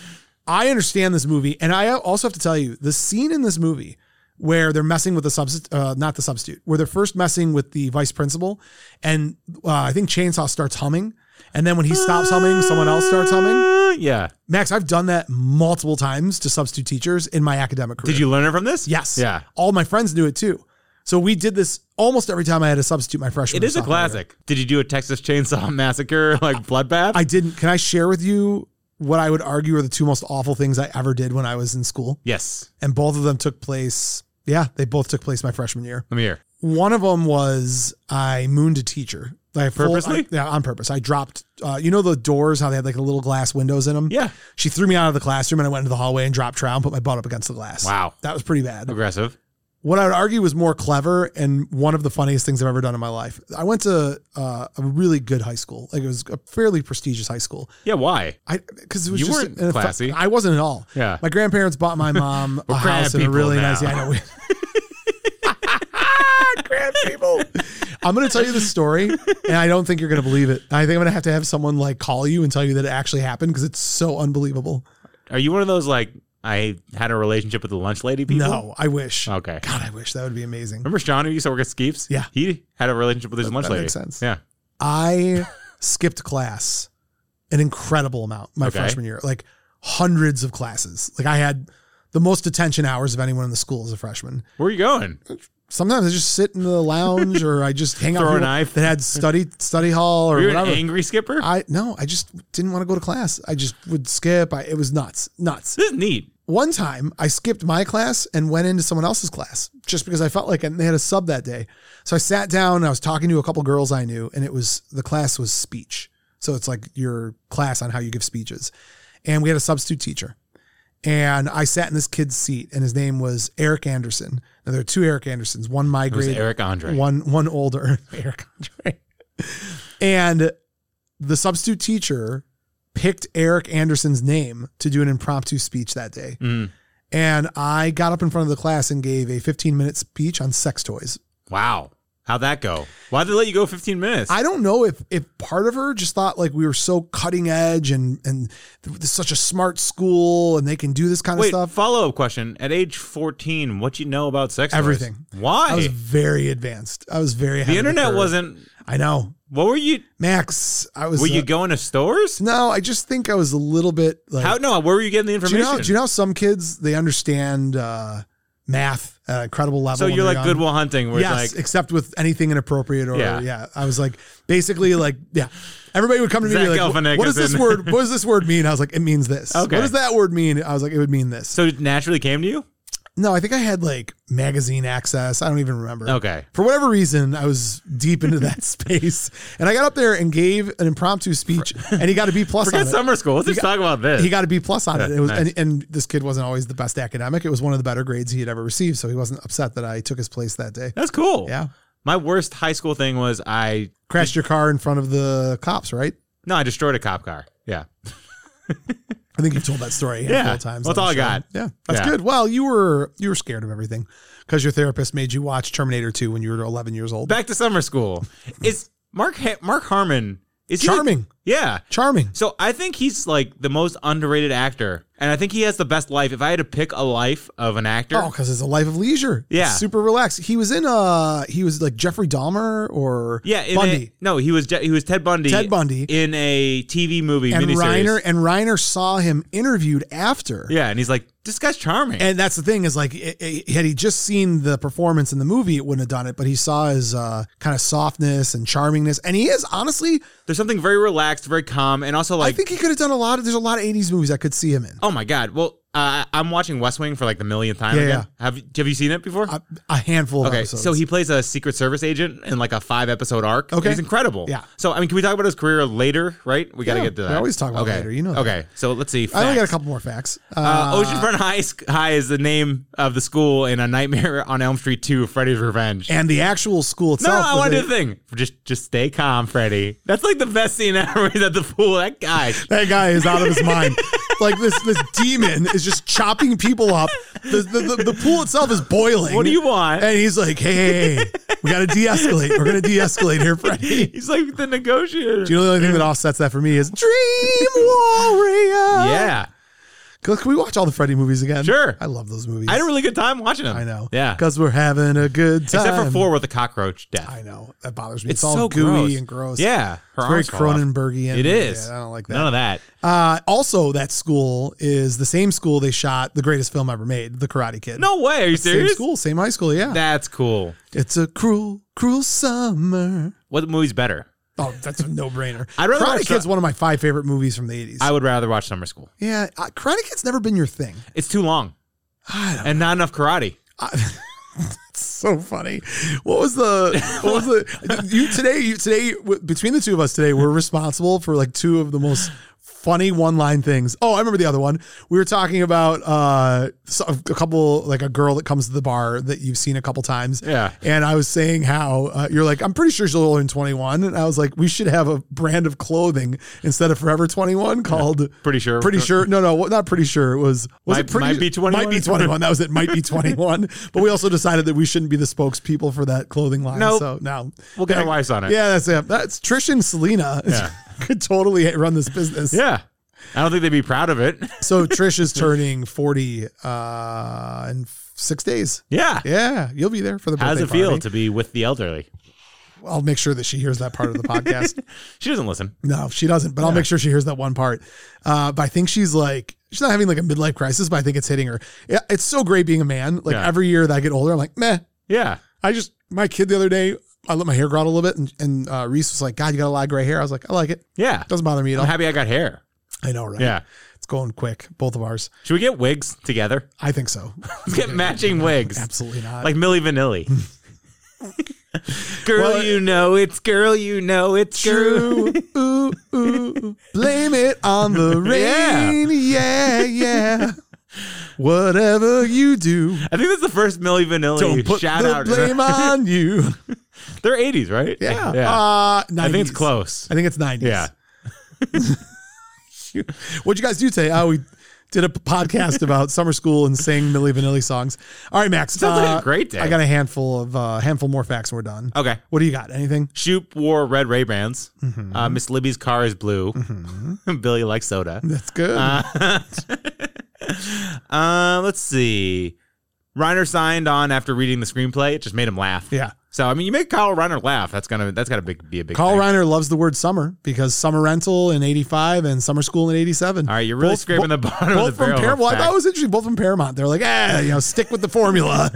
[SPEAKER 1] I understand this movie, and I also have to tell you the scene in this movie where they're messing with the substitute, uh, not the substitute, where they're first messing with the vice principal, and uh, I think Chainsaw starts humming, and then when he stops humming, someone else starts humming.
[SPEAKER 2] Uh, yeah.
[SPEAKER 1] Max, I've done that multiple times to substitute teachers in my academic career.
[SPEAKER 2] Did you learn it from this?
[SPEAKER 1] Yes.
[SPEAKER 2] Yeah.
[SPEAKER 1] All my friends knew it too. So we did this almost every time I had to substitute my freshman.
[SPEAKER 2] It is
[SPEAKER 1] or
[SPEAKER 2] a
[SPEAKER 1] sophomore year.
[SPEAKER 2] classic. Did you do a Texas Chainsaw Massacre like bloodbath?
[SPEAKER 1] I didn't. Can I share with you what I would argue are the two most awful things I ever did when I was in school?
[SPEAKER 2] yes.
[SPEAKER 1] And both of them took place. Yeah, they both took place my freshman year.
[SPEAKER 2] Let me hear.
[SPEAKER 1] One of them was I mooned a teacher. I full-
[SPEAKER 2] Purposely?
[SPEAKER 1] I- yeah, on purpose. I dropped. Uh, you know the doors how they had like the little glass windows in them.
[SPEAKER 2] Yeah.
[SPEAKER 1] She threw me out of the classroom and I went into the hallway and dropped trow and put my butt up against the glass.
[SPEAKER 2] Wow.
[SPEAKER 1] That was pretty bad.
[SPEAKER 2] Aggressive.
[SPEAKER 1] what I would argue was more clever and one of the funniest things I've ever done in my life. I went to uh, a really good high school. Like it was a fairly prestigious high school.
[SPEAKER 2] Yeah, why?
[SPEAKER 1] I because it was
[SPEAKER 2] You
[SPEAKER 1] just
[SPEAKER 2] weren't
[SPEAKER 1] an-
[SPEAKER 2] classy.
[SPEAKER 1] I wasn't at all.
[SPEAKER 2] Yeah.
[SPEAKER 1] my grandparents bought my mom a
[SPEAKER 2] We're grand
[SPEAKER 1] house in a
[SPEAKER 2] people
[SPEAKER 1] really
[SPEAKER 2] now.
[SPEAKER 1] nice. Yeah, I know. grand people. I'm going to tell you the story, and I don't think you're going to believe it. I think I'm going to have to have someone like call you and tell you that it actually happened because it's so unbelievable.
[SPEAKER 2] Are you one of those like I had a relationship with the lunch lady people? Oh.
[SPEAKER 1] No, I wish.
[SPEAKER 2] Okay.
[SPEAKER 1] God, I wish that would be amazing.
[SPEAKER 2] Remember Sean who used to work at Skeeps?
[SPEAKER 1] Yeah.
[SPEAKER 2] He had a relationship with his lunch
[SPEAKER 1] that
[SPEAKER 2] lady.
[SPEAKER 1] makes sense.
[SPEAKER 2] Yeah.
[SPEAKER 1] I skipped class an incredible amount my
[SPEAKER 2] Okay.
[SPEAKER 1] freshman year, like hundreds of classes. Like I had the most attention hours of anyone in the school as a freshman.
[SPEAKER 2] Where are you going?
[SPEAKER 1] Sometimes I just sit in the lounge or I just hang out.
[SPEAKER 2] Throw a
[SPEAKER 1] with people
[SPEAKER 2] knife.
[SPEAKER 1] That had study study hall or
[SPEAKER 2] Were you an
[SPEAKER 1] whatever.
[SPEAKER 2] angry skipper?
[SPEAKER 1] I no, I just didn't want to go to class. I just would skip. I, it was nuts, nuts.
[SPEAKER 2] this is neat.
[SPEAKER 1] One time I skipped my class and went into someone else's class just because I felt like and they had a sub that day. So I sat down and I was talking to a couple girls I knew and it was the class was speech. So it's like your class on how you give speeches. And we had a substitute teacher. And I sat in this kid's seat and his name was Eric Anderson. Now there are two Eric Andersons, one my
[SPEAKER 2] It was
[SPEAKER 1] grade,
[SPEAKER 2] Eric Andre.
[SPEAKER 1] one one older Eric Andre. And the substitute teacher picked Eric Anderson's name to do an impromptu speech that day.
[SPEAKER 2] Mm.
[SPEAKER 1] And I got up in front of the class and gave a 15 minute speech on sex toys.
[SPEAKER 2] Wow. How'd that go? Why'd they let you go 15 minutes?
[SPEAKER 1] I don't know if if part of her just thought like we were so cutting edge and and th- this is such a smart school and they can do this kind of
[SPEAKER 2] Wait,
[SPEAKER 1] stuff.
[SPEAKER 2] follow up question. At age 14, what you know about sex? toys?
[SPEAKER 1] Everything.
[SPEAKER 2] Why?
[SPEAKER 1] I was very advanced. I was very ahead
[SPEAKER 2] the
[SPEAKER 1] of
[SPEAKER 2] internet
[SPEAKER 1] curve.
[SPEAKER 2] wasn't.
[SPEAKER 1] I know.
[SPEAKER 2] What were you?
[SPEAKER 1] Max, I was
[SPEAKER 2] Were you
[SPEAKER 1] uh,
[SPEAKER 2] going to stores?
[SPEAKER 1] No, I just think I was a little bit like
[SPEAKER 2] How? No. Where were you getting the
[SPEAKER 1] Do
[SPEAKER 2] information?
[SPEAKER 1] you know? Do you know how some kids they understand uh, math at an incredible level?
[SPEAKER 2] so
[SPEAKER 1] when
[SPEAKER 2] you're
[SPEAKER 1] they're
[SPEAKER 2] like
[SPEAKER 1] young?
[SPEAKER 2] Goodwill Hunting, where
[SPEAKER 1] Yes,
[SPEAKER 2] it's like
[SPEAKER 1] except with anything inappropriate or yeah.
[SPEAKER 2] Yeah.
[SPEAKER 1] I was like basically like yeah. Everybody would come to me and be
[SPEAKER 2] Zach
[SPEAKER 1] like,
[SPEAKER 2] Galifianakis
[SPEAKER 1] "What does this
[SPEAKER 2] in.
[SPEAKER 1] word? What does this word mean?" I was like, "It means this."
[SPEAKER 2] Okay.
[SPEAKER 1] What does that word mean? I was like, "It would mean this."
[SPEAKER 2] so it naturally came to you.
[SPEAKER 1] No, I think I had like magazine access. I don't even remember.
[SPEAKER 2] Okay.
[SPEAKER 1] For whatever reason, I was deep into that space, and I got up there and gave an impromptu speech, and he got a B plus.
[SPEAKER 2] Forget
[SPEAKER 1] on it
[SPEAKER 2] summer school. Let's just talk about this.
[SPEAKER 1] he got a B plus on it. It was
[SPEAKER 2] nice.
[SPEAKER 1] and, and this kid wasn't always the best academic. It was one of the better grades he had ever received, so he wasn't upset that I took his place that day.
[SPEAKER 2] That's cool.
[SPEAKER 1] Yeah,
[SPEAKER 2] My worst high school thing was I.
[SPEAKER 1] crashed your car in front of the cops, right?
[SPEAKER 2] No, I destroyed a cop car. Yeah.
[SPEAKER 1] I think you've told that story a handful
[SPEAKER 2] Yeah.
[SPEAKER 1] of times.
[SPEAKER 2] Well, that's
[SPEAKER 1] on
[SPEAKER 2] all I
[SPEAKER 1] the show.
[SPEAKER 2] got.
[SPEAKER 1] Yeah, that's
[SPEAKER 2] Yeah.
[SPEAKER 1] good. Well, you were you were scared of everything because your therapist made you watch Terminator Two when you were 11 years old.
[SPEAKER 2] Back to summer school. Is Mark ha- Mark Harmon? Is he like-
[SPEAKER 1] Charming,
[SPEAKER 2] yeah.
[SPEAKER 1] charming.
[SPEAKER 2] So I think he's like the most underrated actor, and I think he has the best life. If I had to pick a life of an actor,
[SPEAKER 1] Oh, because it's a life of leisure.
[SPEAKER 2] Yeah.
[SPEAKER 1] super relaxed. He was in uh he was like Jeffrey Dahmer or
[SPEAKER 2] yeah, in
[SPEAKER 1] Bundy.
[SPEAKER 2] A, no, he was Je- he was Ted Bundy.
[SPEAKER 1] Ted Bundy.
[SPEAKER 2] in a TV movie
[SPEAKER 1] and
[SPEAKER 2] miniseries.
[SPEAKER 1] Reiner and Reiner saw him interviewed after.
[SPEAKER 2] Yeah, and he's like, this guy's charming.
[SPEAKER 1] And that's the thing is like, it, it- had he just seen the performance in the movie, it wouldn't have done it. But he saw his uh, kind of softness and charmingness, and he is honestly,
[SPEAKER 2] There's something very relaxed, very calm, and also
[SPEAKER 1] I
[SPEAKER 2] like,
[SPEAKER 1] think he could have done a lot. Of, there's a lot of '80s movies I could see him in.
[SPEAKER 2] oh my god. Well, uh, I'm watching West Wing for like the millionth time
[SPEAKER 1] Yeah,
[SPEAKER 2] again. Have have you seen it before?
[SPEAKER 1] A, Oh, a handful of
[SPEAKER 2] Okay,
[SPEAKER 1] episodes.
[SPEAKER 2] so he plays a Secret Service agent in like a five episode arc.
[SPEAKER 1] Okay.
[SPEAKER 2] he's incredible.
[SPEAKER 1] Yeah.
[SPEAKER 2] So I mean, can we talk about his career later? Right, we got to
[SPEAKER 1] Yeah,
[SPEAKER 2] get to
[SPEAKER 1] we
[SPEAKER 2] that.
[SPEAKER 1] always talk about
[SPEAKER 2] okay.
[SPEAKER 1] later, you know that.
[SPEAKER 2] Okay, so let's see.
[SPEAKER 1] I only got a
[SPEAKER 2] facts.
[SPEAKER 1] couple more facts. Uh,
[SPEAKER 2] Uh, Oceanfront High, Sc- High is the name of the school in A Nightmare on Elm Street 2, Freddy's Revenge.
[SPEAKER 1] and the actual school
[SPEAKER 2] no,
[SPEAKER 1] itself.
[SPEAKER 2] no, I
[SPEAKER 1] was
[SPEAKER 2] want to
[SPEAKER 1] a-
[SPEAKER 2] do the thing. Just, just stay calm, Freddy. That's like the best scene ever. Is at the pool. That guy.
[SPEAKER 1] That guy is out of his mind. Like this, this demon is just chopping people up. The, the, the, the pool itself is boiling.
[SPEAKER 2] What do you want?
[SPEAKER 1] And he's like, "Hey, hey, hey, we got to de-escalate. We're gonna de-escalate here, Freddie."
[SPEAKER 2] He's like the negotiator.
[SPEAKER 1] Do you know the only thing that offsets that for me is Dream Warrior.
[SPEAKER 2] yeah,
[SPEAKER 1] Can can we watch all the Freddy movies again?
[SPEAKER 2] Sure.
[SPEAKER 1] I love those movies.
[SPEAKER 2] I had a really good time watching him.
[SPEAKER 1] I know.
[SPEAKER 2] Yeah,
[SPEAKER 1] Because we're having a good time.
[SPEAKER 2] except for four with the cockroach death.
[SPEAKER 1] I know. That bothers me.
[SPEAKER 2] it's
[SPEAKER 1] It's, all
[SPEAKER 2] so
[SPEAKER 1] gooey
[SPEAKER 2] gross.
[SPEAKER 1] and gross.
[SPEAKER 2] Yeah, her
[SPEAKER 1] It's very
[SPEAKER 2] arms fall off.
[SPEAKER 1] Cronenbergian.
[SPEAKER 2] It is.
[SPEAKER 1] Yeah, I don't like
[SPEAKER 2] None
[SPEAKER 1] that.
[SPEAKER 2] of that.
[SPEAKER 1] Uh, also, that school is the same school they shot the greatest film ever made, The Karate Kid.
[SPEAKER 2] No way. Are you
[SPEAKER 1] Same
[SPEAKER 2] serious?
[SPEAKER 1] school, same high school. Yeah.
[SPEAKER 2] That's cool.
[SPEAKER 1] it's a cruel, cruel summer.
[SPEAKER 2] What movie's better?
[SPEAKER 1] Oh, that's a no brainer.
[SPEAKER 2] I'd rather watch
[SPEAKER 1] Karate Kid's
[SPEAKER 2] that-
[SPEAKER 1] one of my five favorite movies from the 80s.
[SPEAKER 2] I would rather watch Summer School.
[SPEAKER 1] yeah. Uh, Karate Kid's never been your thing.
[SPEAKER 2] It's too long
[SPEAKER 1] I don't
[SPEAKER 2] and not enough karate.
[SPEAKER 1] so funny. What was the what was the you today you today w- between the two of us today we're responsible for like two of the most funny one line things. Oh, I remember the other one. We were talking about uh so- a couple like a girl that comes to the bar that you've seen a couple times.
[SPEAKER 2] Yeah.
[SPEAKER 1] And I was saying how uh, you're like I'm pretty sure she's older than 21 and I was like we should have a brand of clothing instead of Forever 21 called
[SPEAKER 2] Pretty sure.
[SPEAKER 1] Pretty sure. No, no, not pretty sure. It was was
[SPEAKER 2] Might-
[SPEAKER 1] it pretty,
[SPEAKER 2] might be 21?
[SPEAKER 1] Might be twenty one. That was it. Might be twenty one. but we also decided that we shouldn't be the spokespeople for that clothing line.
[SPEAKER 2] Nope.
[SPEAKER 1] So no,
[SPEAKER 2] We'll get our
[SPEAKER 1] Yeah.
[SPEAKER 2] wives on it.
[SPEAKER 1] Yeah, that's it. That's Trish and Selena
[SPEAKER 2] Yeah.
[SPEAKER 1] could totally run this business.
[SPEAKER 2] Yeah. I don't think they'd be proud of it.
[SPEAKER 1] So Trish is turning forty uh, in f- six days.
[SPEAKER 2] Yeah.
[SPEAKER 1] Yeah, you'll be there for the.
[SPEAKER 2] How does it
[SPEAKER 1] birthday
[SPEAKER 2] feel
[SPEAKER 1] party.
[SPEAKER 2] to be with the elderly?
[SPEAKER 1] I'll make sure that she hears that part of the podcast.
[SPEAKER 2] She doesn't listen.
[SPEAKER 1] No, she doesn't. But I'll make sure she hears that one part. Uh, but I think she's like she's not having like a midlife crisis, but I think it's hitting her. Yeah, it's so great being a man. Like
[SPEAKER 2] Yeah.
[SPEAKER 1] every year that I get older, I'm like, meh.
[SPEAKER 2] Yeah.
[SPEAKER 1] I just my kid the other day, I let my hair grow out a little bit, and, and uh, Reese was like, God, you got a lot of gray hair. I was like, I like it.
[SPEAKER 2] Yeah.
[SPEAKER 1] Doesn't bother me at
[SPEAKER 2] I'm
[SPEAKER 1] all.
[SPEAKER 2] happy I got hair.
[SPEAKER 1] I know, right?
[SPEAKER 2] Yeah.
[SPEAKER 1] it's going quick. Both of ours.
[SPEAKER 2] Should we get wigs together?
[SPEAKER 1] I think so.
[SPEAKER 2] Let's get matching wigs.
[SPEAKER 1] Absolutely not.
[SPEAKER 2] Like Millie Vanilli. girl,
[SPEAKER 1] Well,
[SPEAKER 2] you know it's girl, you know it's girl.
[SPEAKER 1] True. ooh, ooh. Blame it on the
[SPEAKER 2] Yeah.
[SPEAKER 1] rain. Yeah, yeah. Whatever you do,
[SPEAKER 2] I think that's the first Millie Vanilli
[SPEAKER 1] don't put
[SPEAKER 2] shout
[SPEAKER 1] the
[SPEAKER 2] out.
[SPEAKER 1] blame on you.
[SPEAKER 2] They're 80s, right?
[SPEAKER 1] Yeah.
[SPEAKER 2] yeah.
[SPEAKER 1] Uh, 90s.
[SPEAKER 2] I think it's close.
[SPEAKER 1] I think it's 90s.
[SPEAKER 2] Yeah.
[SPEAKER 1] What'd you guys do today? Oh, we did a p- podcast about summer school and sang Millie Vanilli songs. All right, Max. uh,
[SPEAKER 2] Sounds like a great day. Uh,
[SPEAKER 1] I got a handful of uh, handful more facts. and We're done.
[SPEAKER 2] Okay.
[SPEAKER 1] What do you got? Anything?
[SPEAKER 2] Shoop wore red Ray Bans.
[SPEAKER 1] Mm-hmm.
[SPEAKER 2] Uh, Miss Libby's car is blue. Billy likes soda.
[SPEAKER 1] That's good.
[SPEAKER 2] Uh, let's see. Reiner signed on after reading the screenplay. It just made him laugh.
[SPEAKER 1] yeah.
[SPEAKER 2] So I mean, you make Kyle Reiner laugh. That's gonna that's gotta big, be a big.
[SPEAKER 1] Carl
[SPEAKER 2] thing.
[SPEAKER 1] Reiner loves the word summer because summer rental in 85 and summer school in 87.
[SPEAKER 2] All right, you're really
[SPEAKER 1] Both-
[SPEAKER 2] scraping the
[SPEAKER 1] both-
[SPEAKER 2] bottom
[SPEAKER 1] Both
[SPEAKER 2] of the
[SPEAKER 1] from
[SPEAKER 2] barrel.
[SPEAKER 1] Paramount.
[SPEAKER 2] of
[SPEAKER 1] Well, I thought it
[SPEAKER 2] facts.
[SPEAKER 1] was interesting. Both from Paramount. They're like, eh, you know, stick with the formula.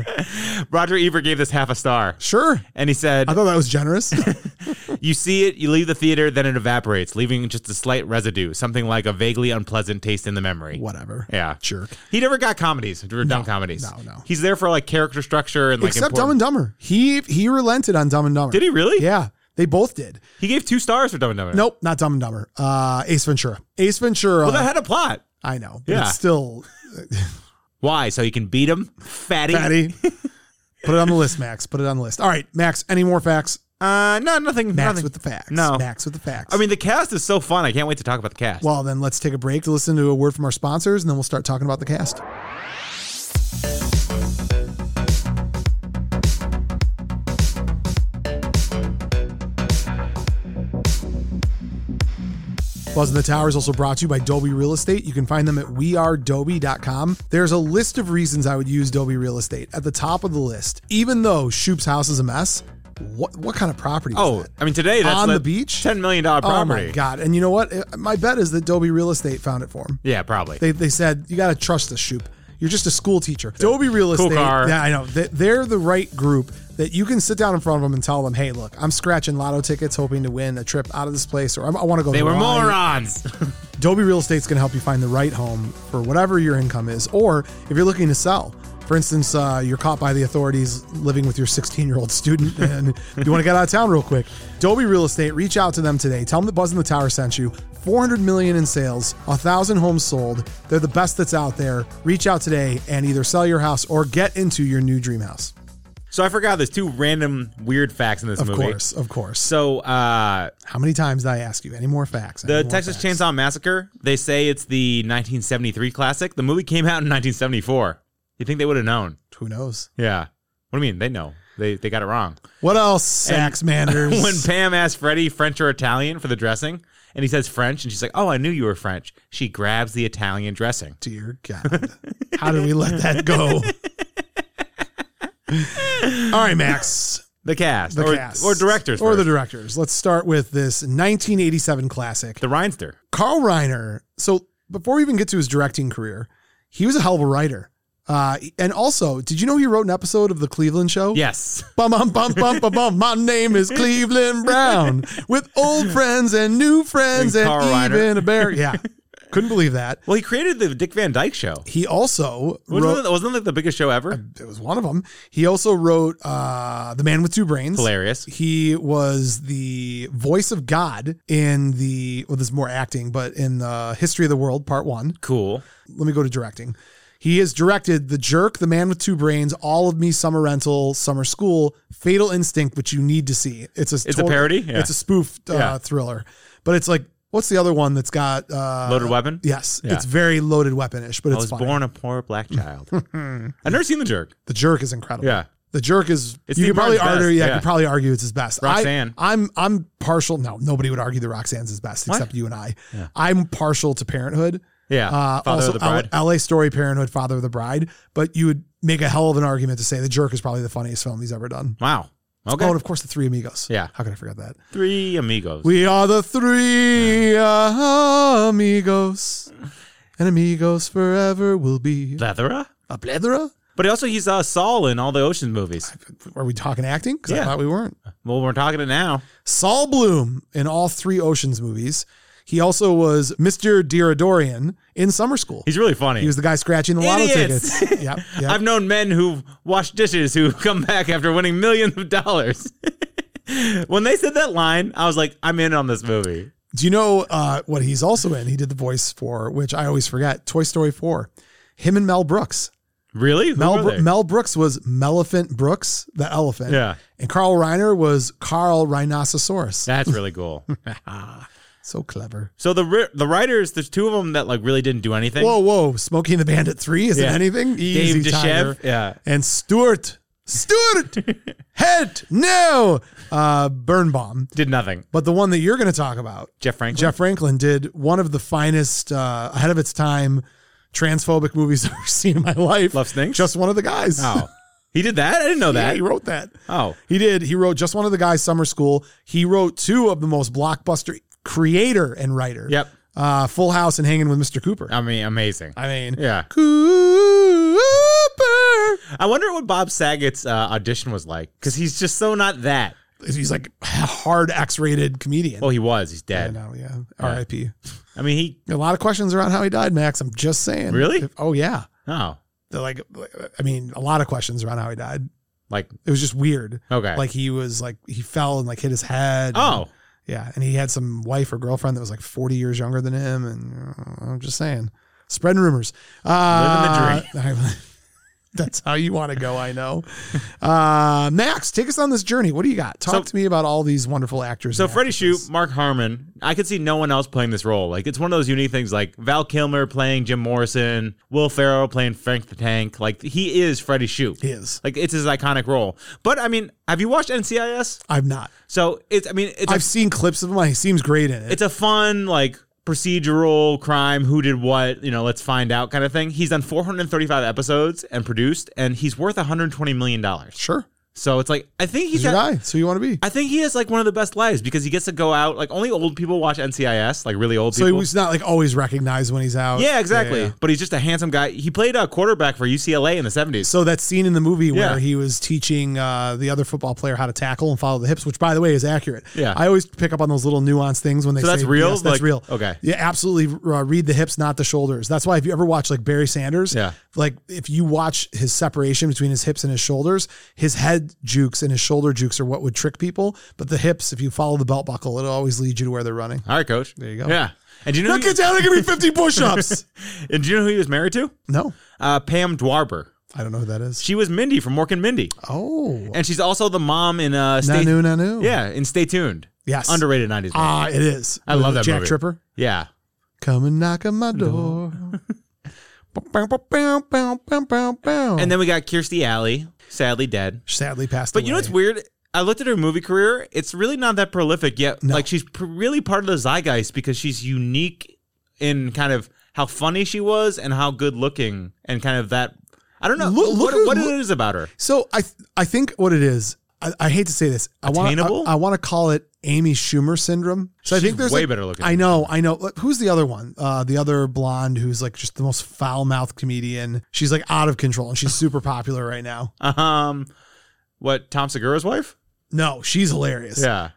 [SPEAKER 2] Roger Ebert gave this half a star,
[SPEAKER 1] sure.
[SPEAKER 2] and he said,
[SPEAKER 1] I thought that was generous.
[SPEAKER 2] "You see it, you leave the theater, then it evaporates, leaving just a slight residue, something like a vaguely unpleasant taste in the memory."
[SPEAKER 1] Whatever.
[SPEAKER 2] Yeah,
[SPEAKER 1] Jerk.
[SPEAKER 2] He never got comedies or dumb comedies.
[SPEAKER 1] no, no.
[SPEAKER 2] He's there for like character structure and like
[SPEAKER 1] Except Dumb
[SPEAKER 2] important-
[SPEAKER 1] and Dumber. He he relented on Dumb and Dumber.
[SPEAKER 2] Did he really?
[SPEAKER 1] Yeah, they both did.
[SPEAKER 2] He gave two stars for Dumb and Dumber.
[SPEAKER 1] Nope, not Dumb and Dumber. Uh, Ace Ventura. Ace Ventura.
[SPEAKER 2] Well, that had a plot.
[SPEAKER 1] I know. But
[SPEAKER 2] Yeah.
[SPEAKER 1] It's still
[SPEAKER 2] Why? So you can beat him, fatty.
[SPEAKER 1] fatty. Put it on the list, Max. Put it on the list. All right, Max. Any more facts?
[SPEAKER 2] Uh, no, nothing.
[SPEAKER 1] Max
[SPEAKER 2] nothing.
[SPEAKER 1] with the facts.
[SPEAKER 2] No.
[SPEAKER 1] Max with the facts.
[SPEAKER 2] I mean, the cast is so fun. I can't wait to talk about the cast.
[SPEAKER 1] well, then let's take a break to listen to a word from our sponsors, and then we'll start talking about the cast. Buzz in the Tower is also brought to you by Dolby Real Estate. You can find them at wearedoby.com. There's a list of reasons I would use Dolby Real Estate at the top of the list. Even though Shoop's house is a mess, what what kind of property? is
[SPEAKER 2] oh,
[SPEAKER 1] that?
[SPEAKER 2] I mean, today that's
[SPEAKER 1] On the
[SPEAKER 2] like
[SPEAKER 1] beach?
[SPEAKER 2] ten million dollar property.
[SPEAKER 1] Oh my god! And you know what? It- My bet is that Dolby Real Estate found it for him.
[SPEAKER 2] Yeah, probably.
[SPEAKER 1] They they said you got to trust the Shoop. You're just a school teacher. Dolby Real Estate.
[SPEAKER 2] car.
[SPEAKER 1] Yeah, I know. They- They're the right group. that you can sit down in front of them and tell them, hey, look, I'm scratching lotto tickets hoping to win a trip out of this place, or I'm, I want to go.
[SPEAKER 2] They
[SPEAKER 1] to
[SPEAKER 2] were
[SPEAKER 1] Hawaii."
[SPEAKER 2] morons.
[SPEAKER 1] Dolby Real Estate's going to help you find the right home for whatever your income is, or if you're looking to sell. For instance, uh, you're caught by the authorities living with your 16 year old student and you want to get out of town real quick. Dolby Real Estate, reach out to them today. Tell them that Buzz in the Tower sent you. 400 million in sales, 1,000 homes sold. They're the best that's out there. Reach out today and either sell your house or get into your new dream house.
[SPEAKER 2] so I forgot there's two random weird facts in this
[SPEAKER 1] Of
[SPEAKER 2] movie.
[SPEAKER 1] course, of course.
[SPEAKER 2] So uh,
[SPEAKER 1] How many times did I ask you? Any more facts? Any
[SPEAKER 2] the
[SPEAKER 1] more
[SPEAKER 2] Texas
[SPEAKER 1] facts?
[SPEAKER 2] Chainsaw Massacre, they say it's the 1973 classic. The movie came out in 1974. You think they would have known?
[SPEAKER 1] Who knows?
[SPEAKER 2] Yeah. What do you mean? They know. They they got it wrong.
[SPEAKER 1] What else, Sax Manders?
[SPEAKER 2] when Pam asked Freddie French or Italian for the dressing, and he says French, and she's like, "Oh, I knew you were French." She grabs the Italian dressing.
[SPEAKER 1] Dear God. How did we let that go? All right, Max.
[SPEAKER 2] The cast,
[SPEAKER 1] The
[SPEAKER 2] or,
[SPEAKER 1] cast.
[SPEAKER 2] or directors,
[SPEAKER 1] Or the
[SPEAKER 2] first.
[SPEAKER 1] directors. Let's start with this 1987 classic.
[SPEAKER 2] the Rhinester.
[SPEAKER 1] Carl Reiner. So before we even get to his directing career, he was a hell of a writer. Uh, and also, did you know he wrote an episode of The Cleveland Show?
[SPEAKER 2] Yes,
[SPEAKER 1] Bum, bum, bum, bum, bum, bum. My name is Cleveland Brown with old friends and new friends and,
[SPEAKER 2] And Carl Reiner.
[SPEAKER 1] even a bear. Yeah. Couldn't believe that.
[SPEAKER 2] well, he created the Dick Van Dyke Show.
[SPEAKER 1] He also wrote.
[SPEAKER 2] Wasn't that, wasn't that the biggest show ever?
[SPEAKER 1] it was one of them. He also wrote uh, The Man with Two Brains.
[SPEAKER 2] Hilarious.
[SPEAKER 1] He was the voice of God in the, well, this is more acting, but in the History of the World, Part One.
[SPEAKER 2] Cool.
[SPEAKER 1] Let me go to directing. He has directed The Jerk, The Man with Two Brains, All of Me, Summer Rental, Summer School, Fatal Instinct, which you need to see. It's a
[SPEAKER 2] It's a parody. Yeah.
[SPEAKER 1] It's a spoof uh,
[SPEAKER 2] Yeah.
[SPEAKER 1] thriller, but it's like what's the other one that's got uh,
[SPEAKER 2] Loaded Weapon.
[SPEAKER 1] Yes,
[SPEAKER 2] Yeah.
[SPEAKER 1] it's very loaded weaponish, but
[SPEAKER 2] I
[SPEAKER 1] it's
[SPEAKER 2] was
[SPEAKER 1] fun.
[SPEAKER 2] born a poor black child. I've never seen the jerk.
[SPEAKER 1] The Jerk is incredible.
[SPEAKER 2] Yeah.
[SPEAKER 1] The jerk is
[SPEAKER 2] It's
[SPEAKER 1] you
[SPEAKER 2] Steve
[SPEAKER 1] could probably
[SPEAKER 2] Martin's
[SPEAKER 1] argue
[SPEAKER 2] best,
[SPEAKER 1] yeah, you
[SPEAKER 2] yeah.
[SPEAKER 1] could probably argue it's his best.
[SPEAKER 2] Roxanne.
[SPEAKER 1] I, I'm I'm partial. No, nobody would argue that Roxanne's his best
[SPEAKER 2] What?
[SPEAKER 1] except you and I. I'm partial to Parenthood.
[SPEAKER 2] Yeah.
[SPEAKER 1] Uh,
[SPEAKER 2] Father
[SPEAKER 1] also,
[SPEAKER 2] of the Bride.
[SPEAKER 1] L- L.A. Story, Parenthood, Father of the Bride. But you would make a hell of an argument to say the jerk is probably the funniest film he's ever done.
[SPEAKER 2] wow. Okay.
[SPEAKER 1] Oh, and of course, the Three Amigos.
[SPEAKER 2] Yeah.
[SPEAKER 1] how could I forget that?
[SPEAKER 2] Three amigos.
[SPEAKER 1] We are the three amigos, and amigos forever will be.
[SPEAKER 2] Plethora.
[SPEAKER 1] A plethora?
[SPEAKER 2] But also, he's uh, Saul in all the Ocean movies.
[SPEAKER 1] Are we talking acting? Because I
[SPEAKER 2] Yeah.
[SPEAKER 1] thought we weren't.
[SPEAKER 2] Well, we're talking it now.
[SPEAKER 1] Saul Bloom in all three Oceans movies. He also was Mr. Diodorian in Summer School.
[SPEAKER 2] He's really funny.
[SPEAKER 1] he was the guy scratching the lotto
[SPEAKER 2] Idiots.
[SPEAKER 1] tickets. Yep, yep.
[SPEAKER 2] I've known men who've washed dishes who come back after winning millions of dollars. when they said that line, I was like, I'm in on this movie.
[SPEAKER 1] Do you know uh, what he's also in? He did the voice for, which I always forget, Toy Story 4. Him and Mel Brooks.
[SPEAKER 2] Really? Who
[SPEAKER 1] Mel,
[SPEAKER 2] were
[SPEAKER 1] Bro-
[SPEAKER 2] they?
[SPEAKER 1] Mel Brooks was Melephant Brooks, the elephant.
[SPEAKER 2] Yeah.
[SPEAKER 1] And Carl Reiner was Carl Rhinoceros.
[SPEAKER 2] That's really cool.
[SPEAKER 1] So clever.
[SPEAKER 2] so the ri- the writers, there's two of them that like really didn't do anything.
[SPEAKER 1] Whoa, whoa. Smokey and the Bandit 3 isn't
[SPEAKER 2] Yeah.
[SPEAKER 1] anything?
[SPEAKER 2] Dave
[SPEAKER 1] Easy, Tiger.
[SPEAKER 2] Deshev, yeah,
[SPEAKER 1] and Stuart, Stuart, head, no, uh, Birnbaum.
[SPEAKER 2] did nothing.
[SPEAKER 1] But the one that you're going to talk about,
[SPEAKER 2] Jeff Franklin.
[SPEAKER 1] Jeff Franklin, did one of the finest, uh, ahead of its time, transphobic movies I've ever seen in my life.
[SPEAKER 2] Love Stinks?
[SPEAKER 1] Just one of the guys.
[SPEAKER 2] Oh, he did that. I didn't know
[SPEAKER 1] yeah,
[SPEAKER 2] that.
[SPEAKER 1] he wrote that.
[SPEAKER 2] Oh,
[SPEAKER 1] He did. He wrote just one of the guys. Summer School. He wrote two of the most blockbuster creator and writer.
[SPEAKER 2] Yep.
[SPEAKER 1] Uh, Full House and Hanging with Mr. Cooper.
[SPEAKER 2] I mean, amazing.
[SPEAKER 1] I mean,
[SPEAKER 2] Yeah.
[SPEAKER 1] Cooper.
[SPEAKER 2] I wonder what Bob Saget's uh, audition was like because he's just so not that.
[SPEAKER 1] He's like a hard X-rated comedian.
[SPEAKER 2] Well, he was. He's
[SPEAKER 1] I
[SPEAKER 2] dead.
[SPEAKER 1] know, yeah. R.I.P.
[SPEAKER 2] I mean, he.
[SPEAKER 1] A lot of questions around how he died, Max. I'm just saying.
[SPEAKER 2] Really?
[SPEAKER 1] If- oh yeah.
[SPEAKER 2] Oh,
[SPEAKER 1] They're like, I mean, a lot of questions around how he died.
[SPEAKER 2] like
[SPEAKER 1] It was just weird.
[SPEAKER 2] okay.
[SPEAKER 1] Like he was like he fell and like hit his head.
[SPEAKER 2] oh,
[SPEAKER 1] yeah. And he had some wife or girlfriend that was like 40 years younger than him. And uh, I'm just saying, spreading rumors. Uh,
[SPEAKER 2] Living
[SPEAKER 1] dream. that's how you want to go. I know. Uh, Max, take us on this journey. What do you got? Talk
[SPEAKER 2] So-
[SPEAKER 1] to me about all these wonderful actors.
[SPEAKER 2] So
[SPEAKER 1] and
[SPEAKER 2] Freddie
[SPEAKER 1] actresses.
[SPEAKER 2] Shoup, Mark Harmon, I could see no one else playing this role. Like it's one of those unique things like Val Kilmer playing Jim Morrison, Will Ferrell playing Frank the Tank. Like he is Freddie Shoup.
[SPEAKER 1] He is.
[SPEAKER 2] Like it's his iconic role. But I mean, have you watched NCIS?
[SPEAKER 1] I've not.
[SPEAKER 2] So it's I mean, it's a,
[SPEAKER 1] I've seen clips of him. He seems great in it.
[SPEAKER 2] it's a fun like procedural crime who did what, you know, let's find out kind of thing. He's done 435 episodes and produced and he's worth 120 million dollars.
[SPEAKER 1] Sure.
[SPEAKER 2] So it's like I think he's
[SPEAKER 1] He's your
[SPEAKER 2] got-
[SPEAKER 1] guy. So you want to be.
[SPEAKER 2] I think he has like one of the best lives because he gets to go out. Like only old people watch NCIS, like really old
[SPEAKER 1] So
[SPEAKER 2] people.
[SPEAKER 1] he's not like always recognized when he's out.
[SPEAKER 2] yeah, exactly.
[SPEAKER 1] Yeah, yeah.
[SPEAKER 2] But he's just a handsome guy. He played a quarterback for UCLA in the seventies.
[SPEAKER 1] So that scene in the movie where
[SPEAKER 2] Yeah.
[SPEAKER 1] he was teaching uh, the other football player how to tackle and follow the hips, which by the way is accurate.
[SPEAKER 2] Yeah.
[SPEAKER 1] I always pick up on those little nuanced things when they
[SPEAKER 2] So
[SPEAKER 1] say
[SPEAKER 2] that's real?
[SPEAKER 1] Yes, that's
[SPEAKER 2] Like-
[SPEAKER 1] real.
[SPEAKER 2] okay.
[SPEAKER 1] Yeah, absolutely. Uh, read the hips, not the shoulders. That's why if you ever watch like Barry Sanders,
[SPEAKER 2] Yeah.
[SPEAKER 1] like if you watch his separation between his hips and his shoulders, his head jukes and his shoulder jukes are what would trick people. But the hips, if you follow the belt buckle, it'll always lead you to where they're running.
[SPEAKER 2] All right, coach. There
[SPEAKER 1] you go.
[SPEAKER 2] Yeah. And do you know?
[SPEAKER 1] Now
[SPEAKER 2] Who,
[SPEAKER 1] get down and give me 50 push-ups.
[SPEAKER 2] and do you know who he was married to?
[SPEAKER 1] no,
[SPEAKER 2] Uh, Pam Dwarber.
[SPEAKER 1] I don't know who that is.
[SPEAKER 2] She was Mindy from Mork and Mindy,
[SPEAKER 1] Oh,
[SPEAKER 2] and she's also the mom in uh, Stay.
[SPEAKER 1] Nanu Nanu.
[SPEAKER 2] Yeah, in Stay Tuned.
[SPEAKER 1] Yes.
[SPEAKER 2] Underrated nineties.
[SPEAKER 1] Ah, it is.
[SPEAKER 2] I love that
[SPEAKER 1] Jack
[SPEAKER 2] movie.
[SPEAKER 1] Tripper.
[SPEAKER 2] yeah.
[SPEAKER 1] Come and knock on my door.
[SPEAKER 2] And
[SPEAKER 1] and then
[SPEAKER 2] then we got Kirstie Alley, sadly dead.
[SPEAKER 1] sadly passed
[SPEAKER 2] But you know
[SPEAKER 1] away.
[SPEAKER 2] what's weird? I looked at her movie career. It's really not that prolific yet. Like she's pr- really part of the zeitgeist because she's unique in kind of how funny she was and how good looking and kind of that. I don't know
[SPEAKER 1] Look- look
[SPEAKER 2] what,
[SPEAKER 1] who-
[SPEAKER 2] what
[SPEAKER 1] look-
[SPEAKER 2] it is about her.
[SPEAKER 1] So I th- I think what it is. I, I hate to say this. I want I,
[SPEAKER 2] Attainable?
[SPEAKER 1] I want to call it Amy Schumer syndrome. So I
[SPEAKER 2] She's
[SPEAKER 1] think there's
[SPEAKER 2] way
[SPEAKER 1] like-
[SPEAKER 2] better looking
[SPEAKER 1] I
[SPEAKER 2] than
[SPEAKER 1] know, I know. Like, Who's the other one? Uh, the other blonde who's like just the most foul mouthed comedian. She's like out of control and she's super popular right now.
[SPEAKER 2] Um, what Tom Segura's wife?
[SPEAKER 1] No, she's hilarious.
[SPEAKER 2] Yeah,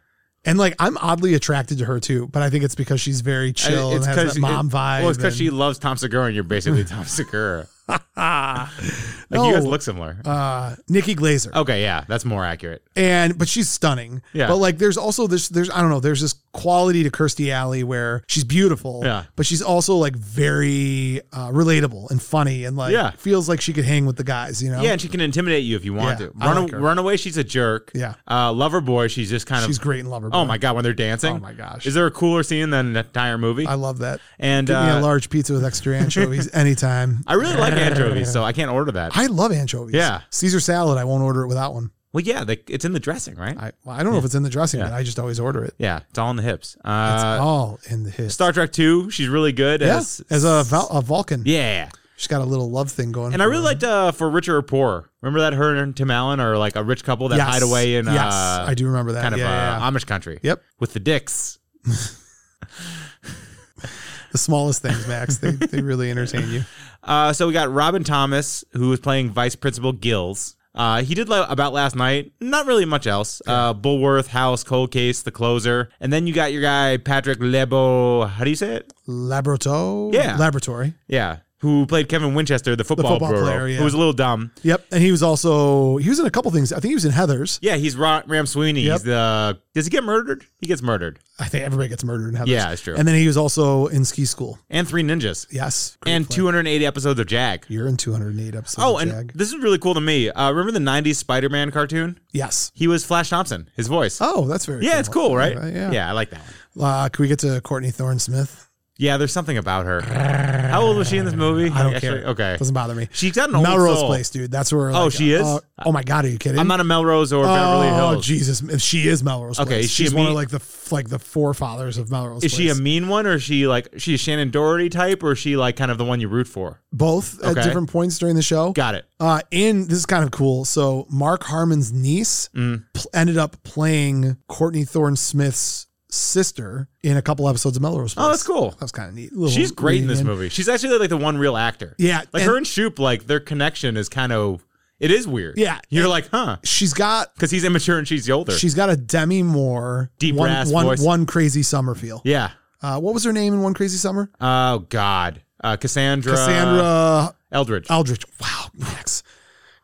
[SPEAKER 1] And like I'm oddly attracted to her too, but I think it's because she's very chill
[SPEAKER 2] I-
[SPEAKER 1] and has that mom
[SPEAKER 2] Uh, it-
[SPEAKER 1] vibe.
[SPEAKER 2] Well, it's because
[SPEAKER 1] and-
[SPEAKER 2] she loves Tom Segura, and you're basically Tom Segura.
[SPEAKER 1] ah,
[SPEAKER 2] Like
[SPEAKER 1] no,
[SPEAKER 2] you guys look similar.
[SPEAKER 1] uh, Nikki Glazer,
[SPEAKER 2] okay, yeah, that's more accurate.
[SPEAKER 1] and but she's stunning.
[SPEAKER 2] Yeah.
[SPEAKER 1] But like, there's also this, there's I don't know, there's this quality to Kirstie Alley where she's beautiful.
[SPEAKER 2] Yeah.
[SPEAKER 1] But she's also like very uh, relatable and funny, and like
[SPEAKER 2] Yeah.
[SPEAKER 1] feels like she could hang with the guys. You know.
[SPEAKER 2] Yeah, and she can intimidate you if you want
[SPEAKER 1] Yeah,
[SPEAKER 2] to.
[SPEAKER 1] I
[SPEAKER 2] Run,
[SPEAKER 1] like her.
[SPEAKER 2] runaway, she's a jerk.
[SPEAKER 1] Yeah.
[SPEAKER 2] Uh, lover boy, she's just kind of
[SPEAKER 1] She's great in Lover.
[SPEAKER 2] Oh my god, when they're dancing.
[SPEAKER 1] Oh my gosh.
[SPEAKER 2] Is there a cooler scene than an entire movie?
[SPEAKER 1] I love that.
[SPEAKER 2] and
[SPEAKER 1] Give me a
[SPEAKER 2] uh,
[SPEAKER 1] large pizza with extra anchovies anytime.
[SPEAKER 2] I really like anchovies, so I can't order that.
[SPEAKER 1] I love anchovies.
[SPEAKER 2] Yeah.
[SPEAKER 1] Caesar salad. I won't order it without one.
[SPEAKER 2] well, yeah, the, it's in the dressing, right?
[SPEAKER 1] I well, I don't know if it's in the dressing, but I just always order it.
[SPEAKER 2] yeah, it's all in the hips.
[SPEAKER 1] It's
[SPEAKER 2] Uh,
[SPEAKER 1] all in the history.
[SPEAKER 2] Star Trek Two, she's really good
[SPEAKER 1] Yeah,
[SPEAKER 2] as
[SPEAKER 1] as a, Val- a Vulcan.
[SPEAKER 2] yeah.
[SPEAKER 1] She's got a little love thing going.
[SPEAKER 2] And I
[SPEAKER 1] for
[SPEAKER 2] really
[SPEAKER 1] her.
[SPEAKER 2] liked uh, for richer or poorer. Remember that her and Tim Allen are like a rich couple that
[SPEAKER 1] Yes.
[SPEAKER 2] hide away in
[SPEAKER 1] yes,
[SPEAKER 2] uh,
[SPEAKER 1] I do remember that.
[SPEAKER 2] kind of
[SPEAKER 1] yeah, yeah,
[SPEAKER 2] uh,
[SPEAKER 1] yeah.
[SPEAKER 2] Amish country.
[SPEAKER 1] Yep.
[SPEAKER 2] with the dicks.
[SPEAKER 1] the smallest things, Max. They, they really entertain you.
[SPEAKER 2] Uh, so we got Robin Thomas, who was playing Vice Principal Gills. Uh, he did like about last night. Not really much else. Uh, Bullworth, House, Cold Case, The Closer, and then you got your guy Patrick Lebo. How do you say it?
[SPEAKER 1] Laboratory.
[SPEAKER 2] Yeah.
[SPEAKER 1] Laboratory.
[SPEAKER 2] Yeah, who played Kevin Winchester, the football,
[SPEAKER 1] football
[SPEAKER 2] bro,
[SPEAKER 1] player, yeah.
[SPEAKER 2] who was a little dumb.
[SPEAKER 1] Yep. And he was also he was in a couple things. I think he was in Heather's.
[SPEAKER 2] Yeah, he's Ra- Ram Sweeney.
[SPEAKER 1] Yep.
[SPEAKER 2] He's the. Does he get murdered? He gets murdered.
[SPEAKER 1] I think everybody gets murdered in Heather's.
[SPEAKER 2] Yeah, it's true.
[SPEAKER 1] And then he was also in Ski School.
[SPEAKER 2] And Three Ninjas.
[SPEAKER 1] Yes. Great
[SPEAKER 2] And
[SPEAKER 1] play.
[SPEAKER 2] 280 episodes of Jag.
[SPEAKER 1] You're in 208 episodes.
[SPEAKER 2] Oh,
[SPEAKER 1] of
[SPEAKER 2] and
[SPEAKER 1] Jag.
[SPEAKER 2] this is really cool to me. Uh, remember the 90s Spider Man cartoon?
[SPEAKER 1] yes.
[SPEAKER 2] He was Flash Thompson, his voice.
[SPEAKER 1] Oh, that's very.
[SPEAKER 2] yeah, it's cool, right?
[SPEAKER 1] Yeah.
[SPEAKER 2] yeah, I like that one.
[SPEAKER 1] Uh, can we get to Courtney Thorne Smith?
[SPEAKER 2] Yeah, there's something about her. How old was she in this movie?
[SPEAKER 1] I don't
[SPEAKER 2] Actually,
[SPEAKER 1] care.
[SPEAKER 2] Okay.
[SPEAKER 1] Doesn't bother me.
[SPEAKER 2] She's got an old
[SPEAKER 1] Melrose
[SPEAKER 2] soul.
[SPEAKER 1] Place, dude. That's where.
[SPEAKER 2] Oh,
[SPEAKER 1] like,
[SPEAKER 2] she is?
[SPEAKER 1] uh, oh my God, are you kidding?
[SPEAKER 2] I'm not a Melrose or Beverly
[SPEAKER 1] Oh
[SPEAKER 2] Hills.
[SPEAKER 1] Jesus! If she is Melrose,
[SPEAKER 2] Okay,
[SPEAKER 1] Place.
[SPEAKER 2] is she
[SPEAKER 1] she's
[SPEAKER 2] a
[SPEAKER 1] one of
[SPEAKER 2] mean-
[SPEAKER 1] like the f- like the forefathers of Melrose.
[SPEAKER 2] Is she a
[SPEAKER 1] Place.
[SPEAKER 2] mean one or is she like she's Shannon Doherty type or is she like kind of the one you root for?
[SPEAKER 1] both
[SPEAKER 2] Okay.
[SPEAKER 1] at different points during the show?
[SPEAKER 2] Got it.
[SPEAKER 1] Uh, in this is kind of cool. So Mark Harmon's niece
[SPEAKER 2] Mm.
[SPEAKER 1] pl- ended up playing Courtney Thorne Smith's sister in a couple episodes of Melrose. Place.
[SPEAKER 2] Oh, that's cool.
[SPEAKER 1] That was kind of neat. Little
[SPEAKER 2] She's great in this
[SPEAKER 1] reunion.
[SPEAKER 2] movie. She's actually like the one real actor.
[SPEAKER 1] Yeah,
[SPEAKER 2] Like
[SPEAKER 1] and-
[SPEAKER 2] her and Shoop, like their connection is kind of it is weird.
[SPEAKER 1] Yeah,
[SPEAKER 2] You're
[SPEAKER 1] and-
[SPEAKER 2] like, huh?
[SPEAKER 1] She's got
[SPEAKER 2] Because he's immature and she's older.
[SPEAKER 1] she's got a Demi Moore
[SPEAKER 2] Deep
[SPEAKER 1] one
[SPEAKER 2] brass
[SPEAKER 1] one-
[SPEAKER 2] voice.
[SPEAKER 1] one crazy summer feel.
[SPEAKER 2] yeah.
[SPEAKER 1] Uh, what was her name in One Crazy Summer?
[SPEAKER 2] Oh God. Uh, Cassandra. Uh,
[SPEAKER 1] Cassandra Oh.
[SPEAKER 2] Eldridge.
[SPEAKER 1] Aldrich. Wow, Max,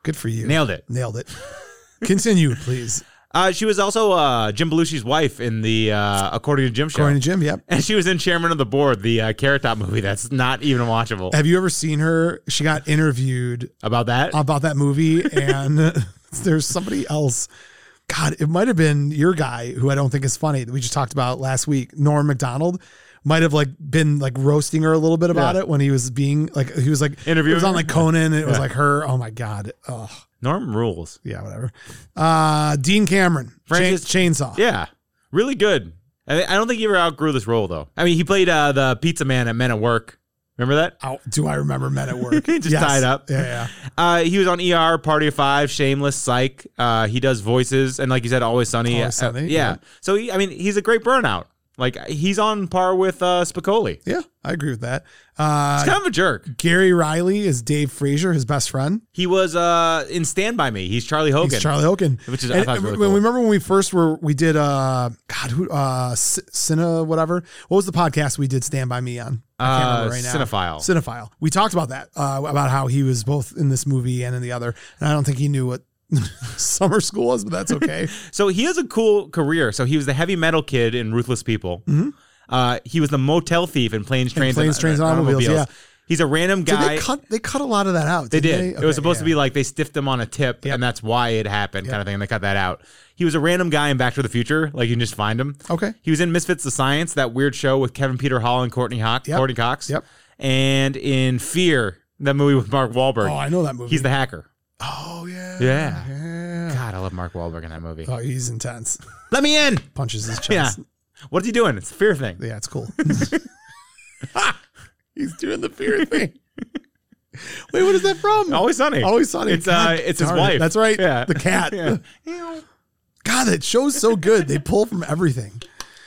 [SPEAKER 1] good for you.
[SPEAKER 2] Nailed it.
[SPEAKER 1] Nailed it. Continue, please.
[SPEAKER 2] Uh, she was also uh, Jim Belushi's wife in the uh, According to Jim show.
[SPEAKER 1] According to Jim, yep.
[SPEAKER 2] And she was in Chairman of the Board, the uh, Carrot Top movie that's not even watchable.
[SPEAKER 1] Have you ever seen her? She got interviewed
[SPEAKER 2] About that?
[SPEAKER 1] about that movie, and there's somebody else. God, it might have been your guy who I don't think is funny that we just talked about last week, Norm McDonald. Might have like been like roasting her a little bit about
[SPEAKER 2] Yeah.
[SPEAKER 1] it when he was being like he was like
[SPEAKER 2] Interviewing
[SPEAKER 1] It was on
[SPEAKER 2] her?
[SPEAKER 1] like Conan and it was like her. Oh my god. Oh
[SPEAKER 2] Norm rules.
[SPEAKER 1] yeah, whatever. Uh Dean Cameron, Chain,
[SPEAKER 2] Francis-
[SPEAKER 1] Chainsaw.
[SPEAKER 2] Yeah. Really good. I, I don't think he ever outgrew this role, though. I mean, he played uh, the pizza man at Men at Work. Remember that?
[SPEAKER 1] Oh, do I remember Men at Work?
[SPEAKER 2] Just tied up.
[SPEAKER 1] Yeah, yeah.
[SPEAKER 2] Uh, he was on ER, Party of Five, Shameless, Psych. Uh, he does voices, and like you said, Always Sunny.
[SPEAKER 1] Always
[SPEAKER 2] Uh,
[SPEAKER 1] Sunny,
[SPEAKER 2] yeah.
[SPEAKER 1] yeah.
[SPEAKER 2] So he, I mean, he's a great burnout. Like he's on par with uh, Spicoli.
[SPEAKER 1] Yeah, I agree with that. Uh,
[SPEAKER 2] Kind of a jerk.
[SPEAKER 1] Gary Riley is Dave Frazier, his best friend.
[SPEAKER 2] He was uh, in Stand by Me. He's Charlie Hogan.
[SPEAKER 1] He's Charlie Hogan.
[SPEAKER 2] Which is- I
[SPEAKER 1] and,
[SPEAKER 2] thought it was really
[SPEAKER 1] when-
[SPEAKER 2] cool.
[SPEAKER 1] remember when we first were we did uh God who uh C- Cine whatever what was the podcast we did Stand by Me on I can't
[SPEAKER 2] uh,
[SPEAKER 1] remember right now
[SPEAKER 2] Cinephile.
[SPEAKER 1] Cinephile we talked about that uh, about how he was both in this movie and in the other and I don't think he knew what summer school was but that's okay
[SPEAKER 2] So he has a cool career. So he was the heavy metal kid in Ruthless People. Uh, he was the motel thief in Planes, Trains,
[SPEAKER 1] Mm-hmm.
[SPEAKER 2] uh,
[SPEAKER 1] Planes, Trains, and Automobiles,
[SPEAKER 2] He's a random
[SPEAKER 1] did
[SPEAKER 2] guy.
[SPEAKER 1] they cut they cut a lot of that out
[SPEAKER 2] They
[SPEAKER 1] didn't
[SPEAKER 2] did.
[SPEAKER 1] they?
[SPEAKER 2] it was
[SPEAKER 1] Okay,
[SPEAKER 2] supposed
[SPEAKER 1] yeah.
[SPEAKER 2] to be like they stiffed him on a tip, and that's why it happened, kind of thing. And they cut that out. He was a random guy in Back to the Future. Like you can just find him.
[SPEAKER 1] Okay.
[SPEAKER 2] He was in Misfits of Science, that weird show with Kevin Peter Hall and Courtney Hawk,
[SPEAKER 1] Yep.
[SPEAKER 2] Courtney Cox.
[SPEAKER 1] Yep.
[SPEAKER 2] And in Fear, that movie with Mark Wahlberg.
[SPEAKER 1] oh I know that movie
[SPEAKER 2] He's the hacker.
[SPEAKER 1] oh yeah
[SPEAKER 2] Yeah.
[SPEAKER 1] yeah
[SPEAKER 2] God, I love Mark Wahlberg in that movie.
[SPEAKER 1] oh he's intense
[SPEAKER 2] Let me in.
[SPEAKER 1] punches his
[SPEAKER 2] Yeah.
[SPEAKER 1] chest
[SPEAKER 2] What's he doing? It's a fear thing.
[SPEAKER 1] Yeah, it's cool. He's doing the fear thing. Wait, what is that from?
[SPEAKER 2] Always sunny.
[SPEAKER 1] Always Sunny.
[SPEAKER 2] Oh, It's uh,
[SPEAKER 1] God
[SPEAKER 2] it's his
[SPEAKER 1] darn it.
[SPEAKER 2] wife.
[SPEAKER 1] That's right.
[SPEAKER 2] Yeah.
[SPEAKER 1] The cat.
[SPEAKER 2] Yeah.
[SPEAKER 1] God, that show's so good. They pull from everything.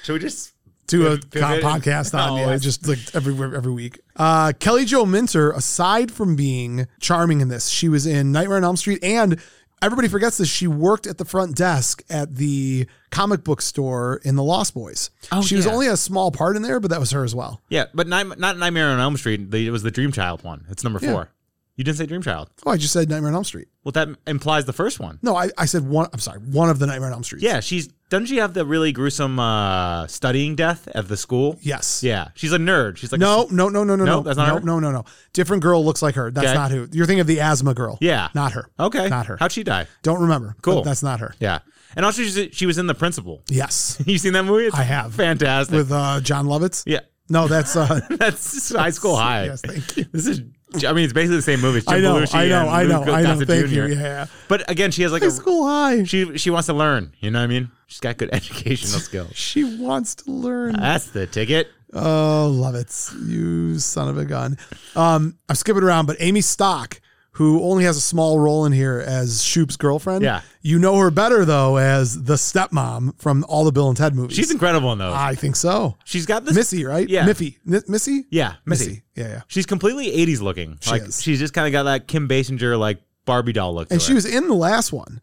[SPEAKER 2] Should we just?
[SPEAKER 1] Do a
[SPEAKER 2] Pivot it.
[SPEAKER 1] podcast on yeah,
[SPEAKER 2] Always.
[SPEAKER 1] just like every every week. Uh, Kelly Jo Minter, aside from being charming in this, she was in Nightmare on Elm Street, and everybody forgets this. She worked at the front desk at the comic book store in The Lost Boys.
[SPEAKER 2] Oh,
[SPEAKER 1] she was
[SPEAKER 2] yeah.
[SPEAKER 1] only a small part in there, but that was her as well.
[SPEAKER 2] Yeah, but not, not Nightmare on Elm Street. The, it was the Dream Child one. It's number four. You didn't say Dream Child.
[SPEAKER 1] Oh, I just said Nightmare on Elm Street.
[SPEAKER 2] Well, that implies the first one.
[SPEAKER 1] No, I, I said one. I'm sorry, one of the Nightmare on Elm Street.
[SPEAKER 2] Yeah, she's doesn't she have the really gruesome uh, studying death at the school?
[SPEAKER 1] Yes.
[SPEAKER 2] Yeah, she's a nerd. She's like a
[SPEAKER 1] No, no, no, no, no,
[SPEAKER 2] No,
[SPEAKER 1] no.
[SPEAKER 2] that's not
[SPEAKER 1] no,
[SPEAKER 2] her?
[SPEAKER 1] no, no, no. Different girl looks like her. That's
[SPEAKER 2] Okay.
[SPEAKER 1] not who. You're thinking of the asthma girl.
[SPEAKER 2] Yeah.
[SPEAKER 1] Not her.
[SPEAKER 2] Okay.
[SPEAKER 1] Not her.
[SPEAKER 2] How'd she die?
[SPEAKER 1] Don't remember. but
[SPEAKER 2] Cool.
[SPEAKER 1] That's not her.
[SPEAKER 2] Yeah. And also, she's, she was in The Principal.
[SPEAKER 1] Yes.
[SPEAKER 2] You seen that movie? It's
[SPEAKER 1] I have.
[SPEAKER 2] Fantastic.
[SPEAKER 1] With uh, John Lovitz.
[SPEAKER 2] yeah.
[SPEAKER 1] No, that's uh,
[SPEAKER 2] That's just high school high.
[SPEAKER 1] Yes, thank you.
[SPEAKER 2] This is, I mean, it's basically the same movie. It's Jim
[SPEAKER 1] I know,
[SPEAKER 2] Belushi
[SPEAKER 1] I know,
[SPEAKER 2] and
[SPEAKER 1] I know,
[SPEAKER 2] Lou
[SPEAKER 1] I know.
[SPEAKER 2] Gossett
[SPEAKER 1] Thank
[SPEAKER 2] Jr..
[SPEAKER 1] you. Yeah.
[SPEAKER 2] But again, she has like
[SPEAKER 1] High
[SPEAKER 2] a,
[SPEAKER 1] school high. She,
[SPEAKER 2] she she wants to learn. You know what I mean? She's got good educational skills.
[SPEAKER 1] wants to learn.
[SPEAKER 2] That's the ticket.
[SPEAKER 1] Oh, Lovitz, you son of a gun. Um, I'm skipping around, but Amy Stock, who only has a small role in here as Shoop's girlfriend.
[SPEAKER 2] Yeah.
[SPEAKER 1] You know her better, though, as the stepmom from all the Bill and Ted movies.
[SPEAKER 2] She's incredible in those.
[SPEAKER 1] I think so.
[SPEAKER 2] She's got this.
[SPEAKER 1] Missy, right?
[SPEAKER 2] Yeah.
[SPEAKER 1] Miffy. N- Missy?
[SPEAKER 2] yeah, Missy.
[SPEAKER 1] Yeah, yeah.
[SPEAKER 2] She's completely 80s looking. like
[SPEAKER 1] is.
[SPEAKER 2] she's just kind of got that Kim Basinger like Barbie doll look. to
[SPEAKER 1] And she
[SPEAKER 2] her.
[SPEAKER 1] was in the last one.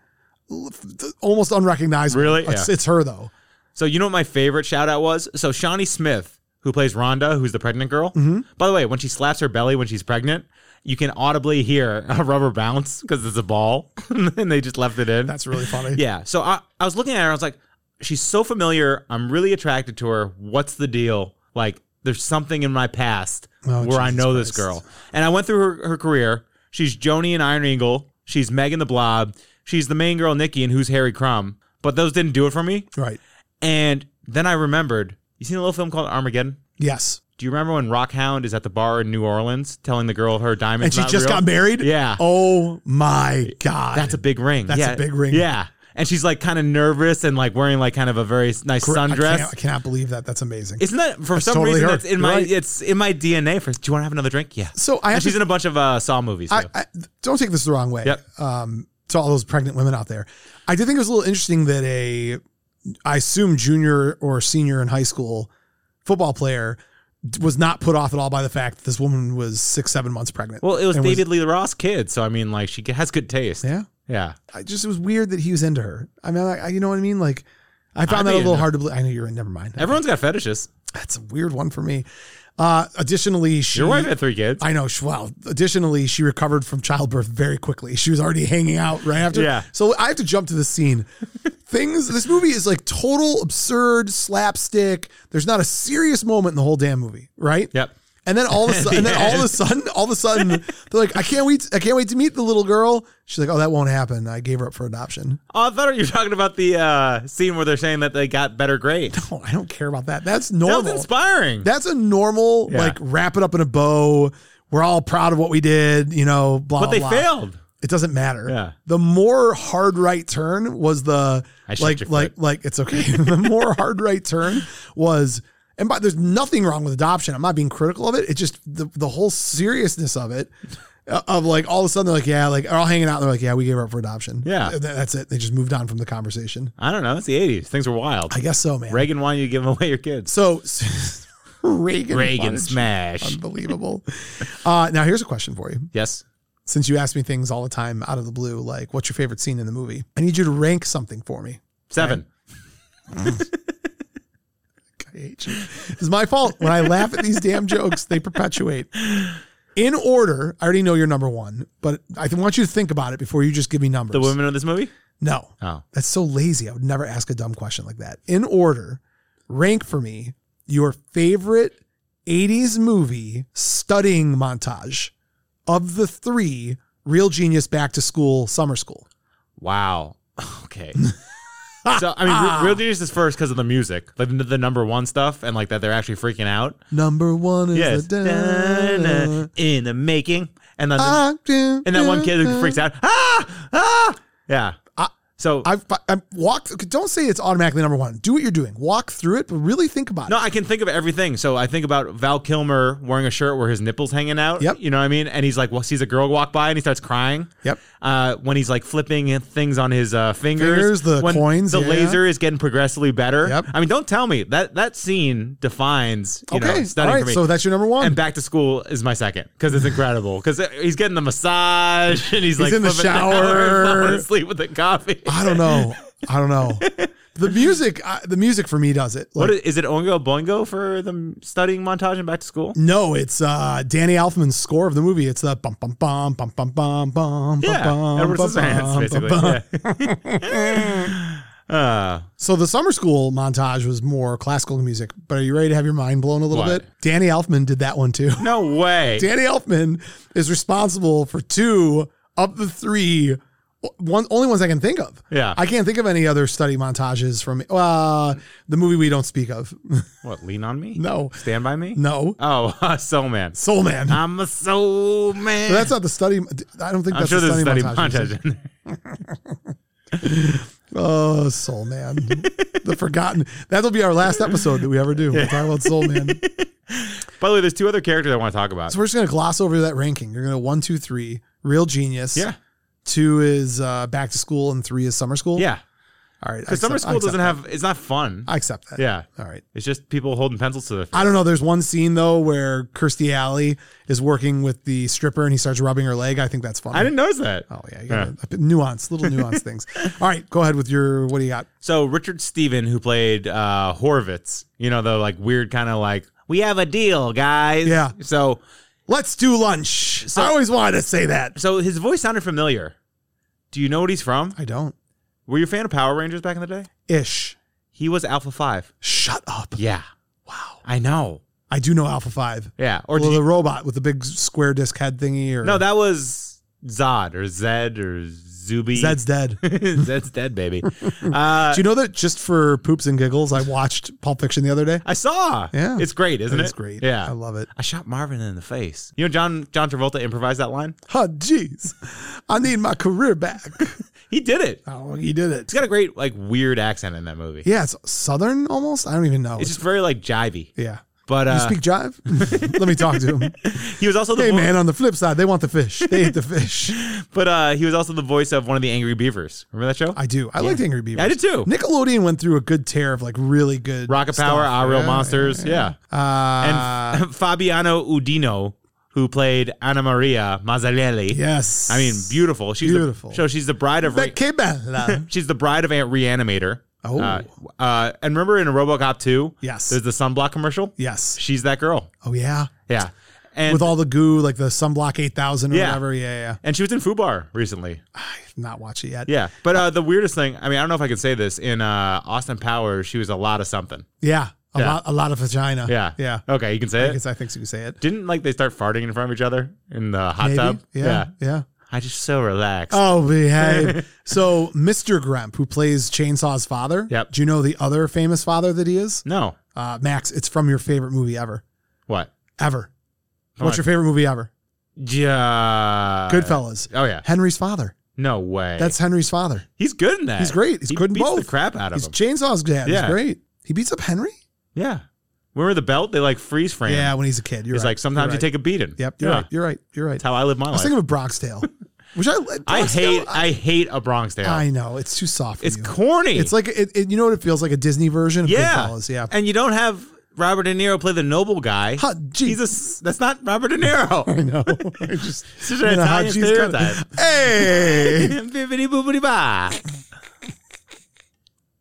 [SPEAKER 1] L- th- Almost unrecognizable.
[SPEAKER 2] Really?
[SPEAKER 1] It's,
[SPEAKER 2] Yeah.
[SPEAKER 1] it's her, though.
[SPEAKER 2] so you know what my favorite shout out was? So Shawnee Smith, who plays Rhonda, who's the pregnant
[SPEAKER 1] Mm-hmm.
[SPEAKER 2] girl. By the way, when she slaps her belly when she's pregnant, you can audibly hear a rubber bounce because it's a ball, and they just left it in.
[SPEAKER 1] That's really funny.
[SPEAKER 2] Yeah. So I, I was looking at her and I was like, she's so familiar. I'm really attracted to her. What's the deal? Like, there's something in my past
[SPEAKER 1] Oh,
[SPEAKER 2] where I
[SPEAKER 1] Jesus
[SPEAKER 2] know this
[SPEAKER 1] Christ.
[SPEAKER 2] girl. And I went through her, her career. She's Joni and Iron Eagle. She's Megan the Blob. She's the main girl, Nikki, and who's Harry Crumb. But those didn't do it for me.
[SPEAKER 1] Right.
[SPEAKER 2] And then I remembered you seen a little film called Armageddon?
[SPEAKER 1] Yes.
[SPEAKER 2] Do you remember when Rockhound is at the bar in New Orleans telling the girl her diamond?
[SPEAKER 1] And she just got married?
[SPEAKER 2] Yeah.
[SPEAKER 1] Oh, my God.
[SPEAKER 2] That's a big ring.
[SPEAKER 1] That's a
[SPEAKER 2] yeah.
[SPEAKER 1] big ring.
[SPEAKER 2] Yeah. And she's like kind of nervous and like wearing like kind of a very nice
[SPEAKER 1] I
[SPEAKER 2] sundress.
[SPEAKER 1] can't, I cannot believe that. That's amazing.
[SPEAKER 2] Isn't that for some
[SPEAKER 1] totally
[SPEAKER 2] reason
[SPEAKER 1] her.
[SPEAKER 2] that's in
[SPEAKER 1] You're
[SPEAKER 2] my
[SPEAKER 1] right.
[SPEAKER 2] it's in my DNA for do you want to have another drink? Yeah.
[SPEAKER 1] so I
[SPEAKER 2] and
[SPEAKER 1] have
[SPEAKER 2] she's
[SPEAKER 1] to,
[SPEAKER 2] in a bunch of uh, Saw movies
[SPEAKER 1] I,
[SPEAKER 2] too.
[SPEAKER 1] I, don't take this the wrong way.
[SPEAKER 2] Yep.
[SPEAKER 1] Um, to all those pregnant women out there, I did think it was a little interesting that a, I assume junior or senior in high school, football player d- was not put off at all by the fact that this woman was six seven months pregnant.
[SPEAKER 2] well, it was
[SPEAKER 1] and
[SPEAKER 2] David Lee Roth's kid, so I mean like she has good taste.
[SPEAKER 1] yeah.
[SPEAKER 2] Yeah.
[SPEAKER 1] I just it was weird that he was into her. I mean, I, I- you know what I mean? Like, I found that a
[SPEAKER 2] mean-
[SPEAKER 1] little hard to believe. I know you're in. Never mind.
[SPEAKER 2] Everyone's got fetishes.
[SPEAKER 1] That's a weird one for me. Uh, additionally, she
[SPEAKER 2] Your wife had three kids.
[SPEAKER 1] I know. she- Well, additionally, she recovered from childbirth very quickly. She was already hanging out right after.
[SPEAKER 2] Yeah.
[SPEAKER 1] So I have to jump to the scene. Things. This movie is like total absurd slapstick. There's not a serious moment in the whole damn movie, right?
[SPEAKER 2] Yep.
[SPEAKER 1] And then all of a
[SPEAKER 2] the
[SPEAKER 1] sudden, and then all of a
[SPEAKER 2] end.
[SPEAKER 1] sudden, all of a sudden, they're like, "I can't wait! I can't wait to meet the little girl." She's like, "Oh, that won't happen. I gave her up for adoption."
[SPEAKER 2] Oh, I thought you were talking about the uh, scene where they're saying that they got better grades.
[SPEAKER 1] Oh, I don't care about that. That's
[SPEAKER 2] That was
[SPEAKER 1] normal.
[SPEAKER 2] inspiring.
[SPEAKER 1] That's a normal,
[SPEAKER 2] Yeah.
[SPEAKER 1] like wrap it up in a bow. We're all proud of what we did, you know. Blah.
[SPEAKER 2] but they
[SPEAKER 1] blah.
[SPEAKER 2] failed.
[SPEAKER 1] it doesn't matter.
[SPEAKER 2] Yeah.
[SPEAKER 1] The more hard right turn was the
[SPEAKER 2] I shoved
[SPEAKER 1] like
[SPEAKER 2] your
[SPEAKER 1] like
[SPEAKER 2] foot.
[SPEAKER 1] like it's okay. the more hard right turn was And by, there's nothing wrong with adoption. I'm not being critical of it. It's just the, the whole seriousness of it, uh, of like all of a sudden they're like, yeah, like are all hanging out. And they're like, yeah, we gave her up for adoption.
[SPEAKER 2] Yeah.
[SPEAKER 1] And th- that's it. They just moved on from the conversation.
[SPEAKER 2] I don't know. It's the 80s. Things were wild.
[SPEAKER 1] I guess so, man.
[SPEAKER 2] Reagan wanted you to give away your kids.
[SPEAKER 1] so Reagan,
[SPEAKER 2] Reagan
[SPEAKER 1] Bunch.
[SPEAKER 2] smash.
[SPEAKER 1] Um, unbelievable. uh, now here's a question for you.
[SPEAKER 2] yes.
[SPEAKER 1] Since you ask me things all the time out of the blue, like what's your favorite scene in the movie? I need you to rank something for me.
[SPEAKER 2] Seven.
[SPEAKER 1] I hate you. It's my fault. When I laugh at these damn jokes, they perpetuate. In order, I already know you're number one, but I want you to think about it before you just give me numbers.
[SPEAKER 2] The women of this movie?
[SPEAKER 1] No,
[SPEAKER 2] Oh.
[SPEAKER 1] that's so lazy. I would never ask a dumb question like that. In order, rank for me your favorite 80s movie studying montage of the three real genius back to school summer school.
[SPEAKER 2] Wow. Okay. so I mean, Re- Real Genius is first because of the music, like the, the number one stuff, and like that they're actually freaking out.
[SPEAKER 1] Number one is
[SPEAKER 2] Yes.
[SPEAKER 1] the da, da,
[SPEAKER 2] In the making, and then
[SPEAKER 1] ah, do,
[SPEAKER 2] and that one
[SPEAKER 1] do,
[SPEAKER 2] kid who
[SPEAKER 1] do.
[SPEAKER 2] freaks out. Ah, ah. Yeah.
[SPEAKER 1] I-
[SPEAKER 2] so
[SPEAKER 1] I've, I've walked. Don't say it's automatically number one. Do what you're doing. Walk through it, but really think about
[SPEAKER 2] No,
[SPEAKER 1] it.
[SPEAKER 2] I can think of everything. So I think about Val Kilmer wearing a shirt where his nipples hanging out.
[SPEAKER 1] Yep.
[SPEAKER 2] You know what I mean? And he's like, well, sees a girl walk by and he starts crying.
[SPEAKER 1] Yep.
[SPEAKER 2] Uh, when he's like flipping things on his uh, fingers,
[SPEAKER 1] Fingers, the
[SPEAKER 2] when
[SPEAKER 1] coins,
[SPEAKER 2] the
[SPEAKER 1] yeah.
[SPEAKER 2] laser is getting progressively better.
[SPEAKER 1] Yep.
[SPEAKER 2] I mean, don't tell me that that scene defines you
[SPEAKER 1] okay,
[SPEAKER 2] know studying
[SPEAKER 1] all right.
[SPEAKER 2] for me.
[SPEAKER 1] So that's your number one.
[SPEAKER 2] and back to school is my second because it's incredible because he's getting the massage and he's, like
[SPEAKER 1] in the
[SPEAKER 2] flipping down
[SPEAKER 1] shower.
[SPEAKER 2] and falling asleep with the coffee.
[SPEAKER 1] I don't know. I don't know. The music, I, the music for me does it. Like,
[SPEAKER 2] What is, is it? Ongo Boingo for the studying montage and back to school.
[SPEAKER 1] no, it's uh, Danny Elfman's score of the movie. It's the bum bum bum bum bum bum bum
[SPEAKER 2] Yeah,
[SPEAKER 1] bum
[SPEAKER 2] Edward
[SPEAKER 1] bum,
[SPEAKER 2] Scissorhands,
[SPEAKER 1] bum,
[SPEAKER 2] basically.
[SPEAKER 1] bum, bum.
[SPEAKER 2] yeah. uh,
[SPEAKER 1] So the summer school montage was more classical music. But are you ready to have your mind blown a little
[SPEAKER 2] What?
[SPEAKER 1] bit? Danny Elfman did that one too.
[SPEAKER 2] no way.
[SPEAKER 1] Danny Elfman is responsible for two of the three, one only ones I can think of.
[SPEAKER 2] Yeah.
[SPEAKER 1] I can't think of any other study montages from uh, the movie we don't speak of.
[SPEAKER 2] what? Lean on me?
[SPEAKER 1] no,
[SPEAKER 2] Stand by me?
[SPEAKER 1] no,
[SPEAKER 2] Oh, Soul Man.
[SPEAKER 1] Soul Man.
[SPEAKER 2] I'm a Soul Man.
[SPEAKER 1] But that's not the study. I don't think
[SPEAKER 2] I'm
[SPEAKER 1] that's
[SPEAKER 2] sure
[SPEAKER 1] the
[SPEAKER 2] there's a
[SPEAKER 1] study,
[SPEAKER 2] study
[SPEAKER 1] montage.
[SPEAKER 2] montage in there.
[SPEAKER 1] Oh, Soul Man, the forgotten. That'll be our last episode that we ever do. We'll talk about Soul Man.
[SPEAKER 2] By the way, there's two other characters I want to talk about.
[SPEAKER 1] So we're just gonna gloss over that ranking. You're gonna one, two, three. Real genius.
[SPEAKER 2] Yeah.
[SPEAKER 1] Two is uh, back to school, and three is summer school.
[SPEAKER 2] Yeah.
[SPEAKER 1] All right. I
[SPEAKER 2] Because summer
[SPEAKER 1] accept- I
[SPEAKER 2] school
[SPEAKER 1] accept
[SPEAKER 2] doesn't
[SPEAKER 1] that.
[SPEAKER 2] have, it's not fun.
[SPEAKER 1] I accept that.
[SPEAKER 2] yeah.
[SPEAKER 1] All right.
[SPEAKER 2] It's just people holding pencils to their.
[SPEAKER 1] I don't know. There's one scene though where Kirstie Alley is working with the stripper and he starts rubbing her leg. I think that's funny.
[SPEAKER 2] I didn't notice that.
[SPEAKER 1] Oh yeah, you gotta, nuance, little nuance things. All right, go ahead with your. What do you got?
[SPEAKER 2] So Richard Steven, who played uh, Horvitz, you know, the like weird kind of like, we have a deal, guys.
[SPEAKER 1] Yeah.
[SPEAKER 2] So
[SPEAKER 1] Let's do lunch.
[SPEAKER 2] So-
[SPEAKER 1] I always wanted to say that.
[SPEAKER 2] so his voice sounded familiar. Do you know what he's from?
[SPEAKER 1] I don't.
[SPEAKER 2] Were you a fan of Power Rangers back in the day?
[SPEAKER 1] Ish.
[SPEAKER 2] He was Alpha 5.
[SPEAKER 1] Shut up.
[SPEAKER 2] Yeah.
[SPEAKER 1] Wow.
[SPEAKER 2] I know.
[SPEAKER 1] I do know Alpha Five.
[SPEAKER 2] Yeah. Or
[SPEAKER 1] Or
[SPEAKER 2] did
[SPEAKER 1] the
[SPEAKER 2] you,
[SPEAKER 1] robot with the big square disc head thingy. Or
[SPEAKER 2] no, that was Zod or Zed or Zuby.
[SPEAKER 1] Zed's dead.
[SPEAKER 2] Zed's dead, baby. Uh,
[SPEAKER 1] do you know that just for poops and giggles, I watched Pulp Fiction the other day.
[SPEAKER 2] I saw.
[SPEAKER 1] Yeah.
[SPEAKER 2] It's great, isn't it?
[SPEAKER 1] It's great. I
[SPEAKER 2] Yeah.
[SPEAKER 1] love it.
[SPEAKER 2] I shot Marvin in the face. You know, John John Travolta improvised that line.
[SPEAKER 1] Oh, jeez, I need my career back.
[SPEAKER 2] He did it.
[SPEAKER 1] oh, he did it.
[SPEAKER 2] He's got a great like weird accent in that movie.
[SPEAKER 1] Yeah, it's southern almost. I don't even know.
[SPEAKER 2] It's just very like jivey.
[SPEAKER 1] yeah.
[SPEAKER 2] But
[SPEAKER 1] You
[SPEAKER 2] uh,
[SPEAKER 1] speak jive? Let me talk to him.
[SPEAKER 2] he was also the
[SPEAKER 1] Hey
[SPEAKER 2] vo-
[SPEAKER 1] man, on the flip side, they want the fish. They hate the fish.
[SPEAKER 2] but uh, he was also the voice of one of the Angry Beavers. Remember that show?
[SPEAKER 1] I do. I liked Angry Beavers.
[SPEAKER 2] I did too.
[SPEAKER 1] Nickelodeon went through a good tear of like really good
[SPEAKER 2] Rocket
[SPEAKER 1] stuff.
[SPEAKER 2] Power, Our Real
[SPEAKER 1] Yeah,
[SPEAKER 2] Monsters. Yeah. And
[SPEAKER 1] yeah. Uh,
[SPEAKER 2] F- Fabiano Udino, who played Anna Maria Mazzalelli.
[SPEAKER 1] yes.
[SPEAKER 2] I mean, beautiful. She's
[SPEAKER 1] Beautiful.
[SPEAKER 2] The, so she's the bride of Re-
[SPEAKER 1] Que bella.
[SPEAKER 2] she's the bride of Aunt Reanimator.
[SPEAKER 1] Oh.
[SPEAKER 2] Uh, uh, and remember in RoboCop 2?
[SPEAKER 1] Yes.
[SPEAKER 2] There's the sunblock commercial?
[SPEAKER 1] yes.
[SPEAKER 2] She's that girl.
[SPEAKER 1] Oh yeah.
[SPEAKER 2] Yeah. And
[SPEAKER 1] With all the goo, like the Sunblock 8000 or
[SPEAKER 2] Yeah.
[SPEAKER 1] whatever. Yeah, yeah. yeah.
[SPEAKER 2] and she was in Fubar recently.
[SPEAKER 1] I've not watched it yet.
[SPEAKER 2] Yeah. But uh, the weirdest thing, I mean, I don't know if I can say this, in uh, Austin Powers, she was a lot of something.
[SPEAKER 1] Yeah. A
[SPEAKER 2] Yeah.
[SPEAKER 1] lot a lot of vagina.
[SPEAKER 2] Yeah.
[SPEAKER 1] Yeah.
[SPEAKER 2] Okay, you can
[SPEAKER 1] I
[SPEAKER 2] say it.
[SPEAKER 1] guess I think so you say it.
[SPEAKER 2] Didn't like they start farting in front of each other in the hot
[SPEAKER 1] Maybe.
[SPEAKER 2] tub?
[SPEAKER 1] yeah. Yeah.
[SPEAKER 2] I just so relaxed.
[SPEAKER 1] Oh, behave. so, Mr. Grump, who plays Chainsaw's father,
[SPEAKER 2] Yep.
[SPEAKER 1] do you know the other famous father that he is?
[SPEAKER 2] No.
[SPEAKER 1] Uh, Max, it's from your favorite movie ever.
[SPEAKER 2] What?
[SPEAKER 1] Ever.
[SPEAKER 2] Come
[SPEAKER 1] What's
[SPEAKER 2] on.
[SPEAKER 1] your favorite movie ever?
[SPEAKER 2] Yeah.
[SPEAKER 1] Goodfellas.
[SPEAKER 2] Oh yeah.
[SPEAKER 1] Henry's father.
[SPEAKER 2] No way.
[SPEAKER 1] That's Henry's father.
[SPEAKER 2] he's good in that.
[SPEAKER 1] He's great. He's
[SPEAKER 2] he
[SPEAKER 1] good in
[SPEAKER 2] beats the
[SPEAKER 1] both.
[SPEAKER 2] crap out of
[SPEAKER 1] He's
[SPEAKER 2] him.
[SPEAKER 1] Chainsaw's dad.
[SPEAKER 2] Yeah.
[SPEAKER 1] He's great. He beats up Henry?
[SPEAKER 2] yeah. Remember the belt? They like freeze frame.
[SPEAKER 1] Yeah, when he's a kid, you're
[SPEAKER 2] It's
[SPEAKER 1] right.
[SPEAKER 2] like sometimes
[SPEAKER 1] You're
[SPEAKER 2] you
[SPEAKER 1] right.
[SPEAKER 2] take a beating.
[SPEAKER 1] Yep, you're
[SPEAKER 2] yeah.
[SPEAKER 1] right. You're right. You're right.
[SPEAKER 2] That's how I live my
[SPEAKER 1] I was
[SPEAKER 2] life.
[SPEAKER 1] thinking of Bronx Tale, which I
[SPEAKER 2] I
[SPEAKER 1] Bronx Tale,
[SPEAKER 2] hate I hate a Bronx Tale.
[SPEAKER 1] I know it's too soft. For
[SPEAKER 2] it's
[SPEAKER 1] you.
[SPEAKER 2] corny.
[SPEAKER 1] It's like it, it- You know what it feels like? A Disney version. Of
[SPEAKER 2] yeah.
[SPEAKER 1] Goodfellas, yeah.
[SPEAKER 2] And you don't have Robert De Niro play the noble guy.
[SPEAKER 1] Ha, gee.
[SPEAKER 2] He's a s- that's not Robert De Niro.
[SPEAKER 1] I know. I just
[SPEAKER 2] Such an
[SPEAKER 1] you know, how
[SPEAKER 2] Italian
[SPEAKER 1] she's kinda-
[SPEAKER 2] stereotype.
[SPEAKER 1] Hey,
[SPEAKER 2] Bibbidi boobidi ba.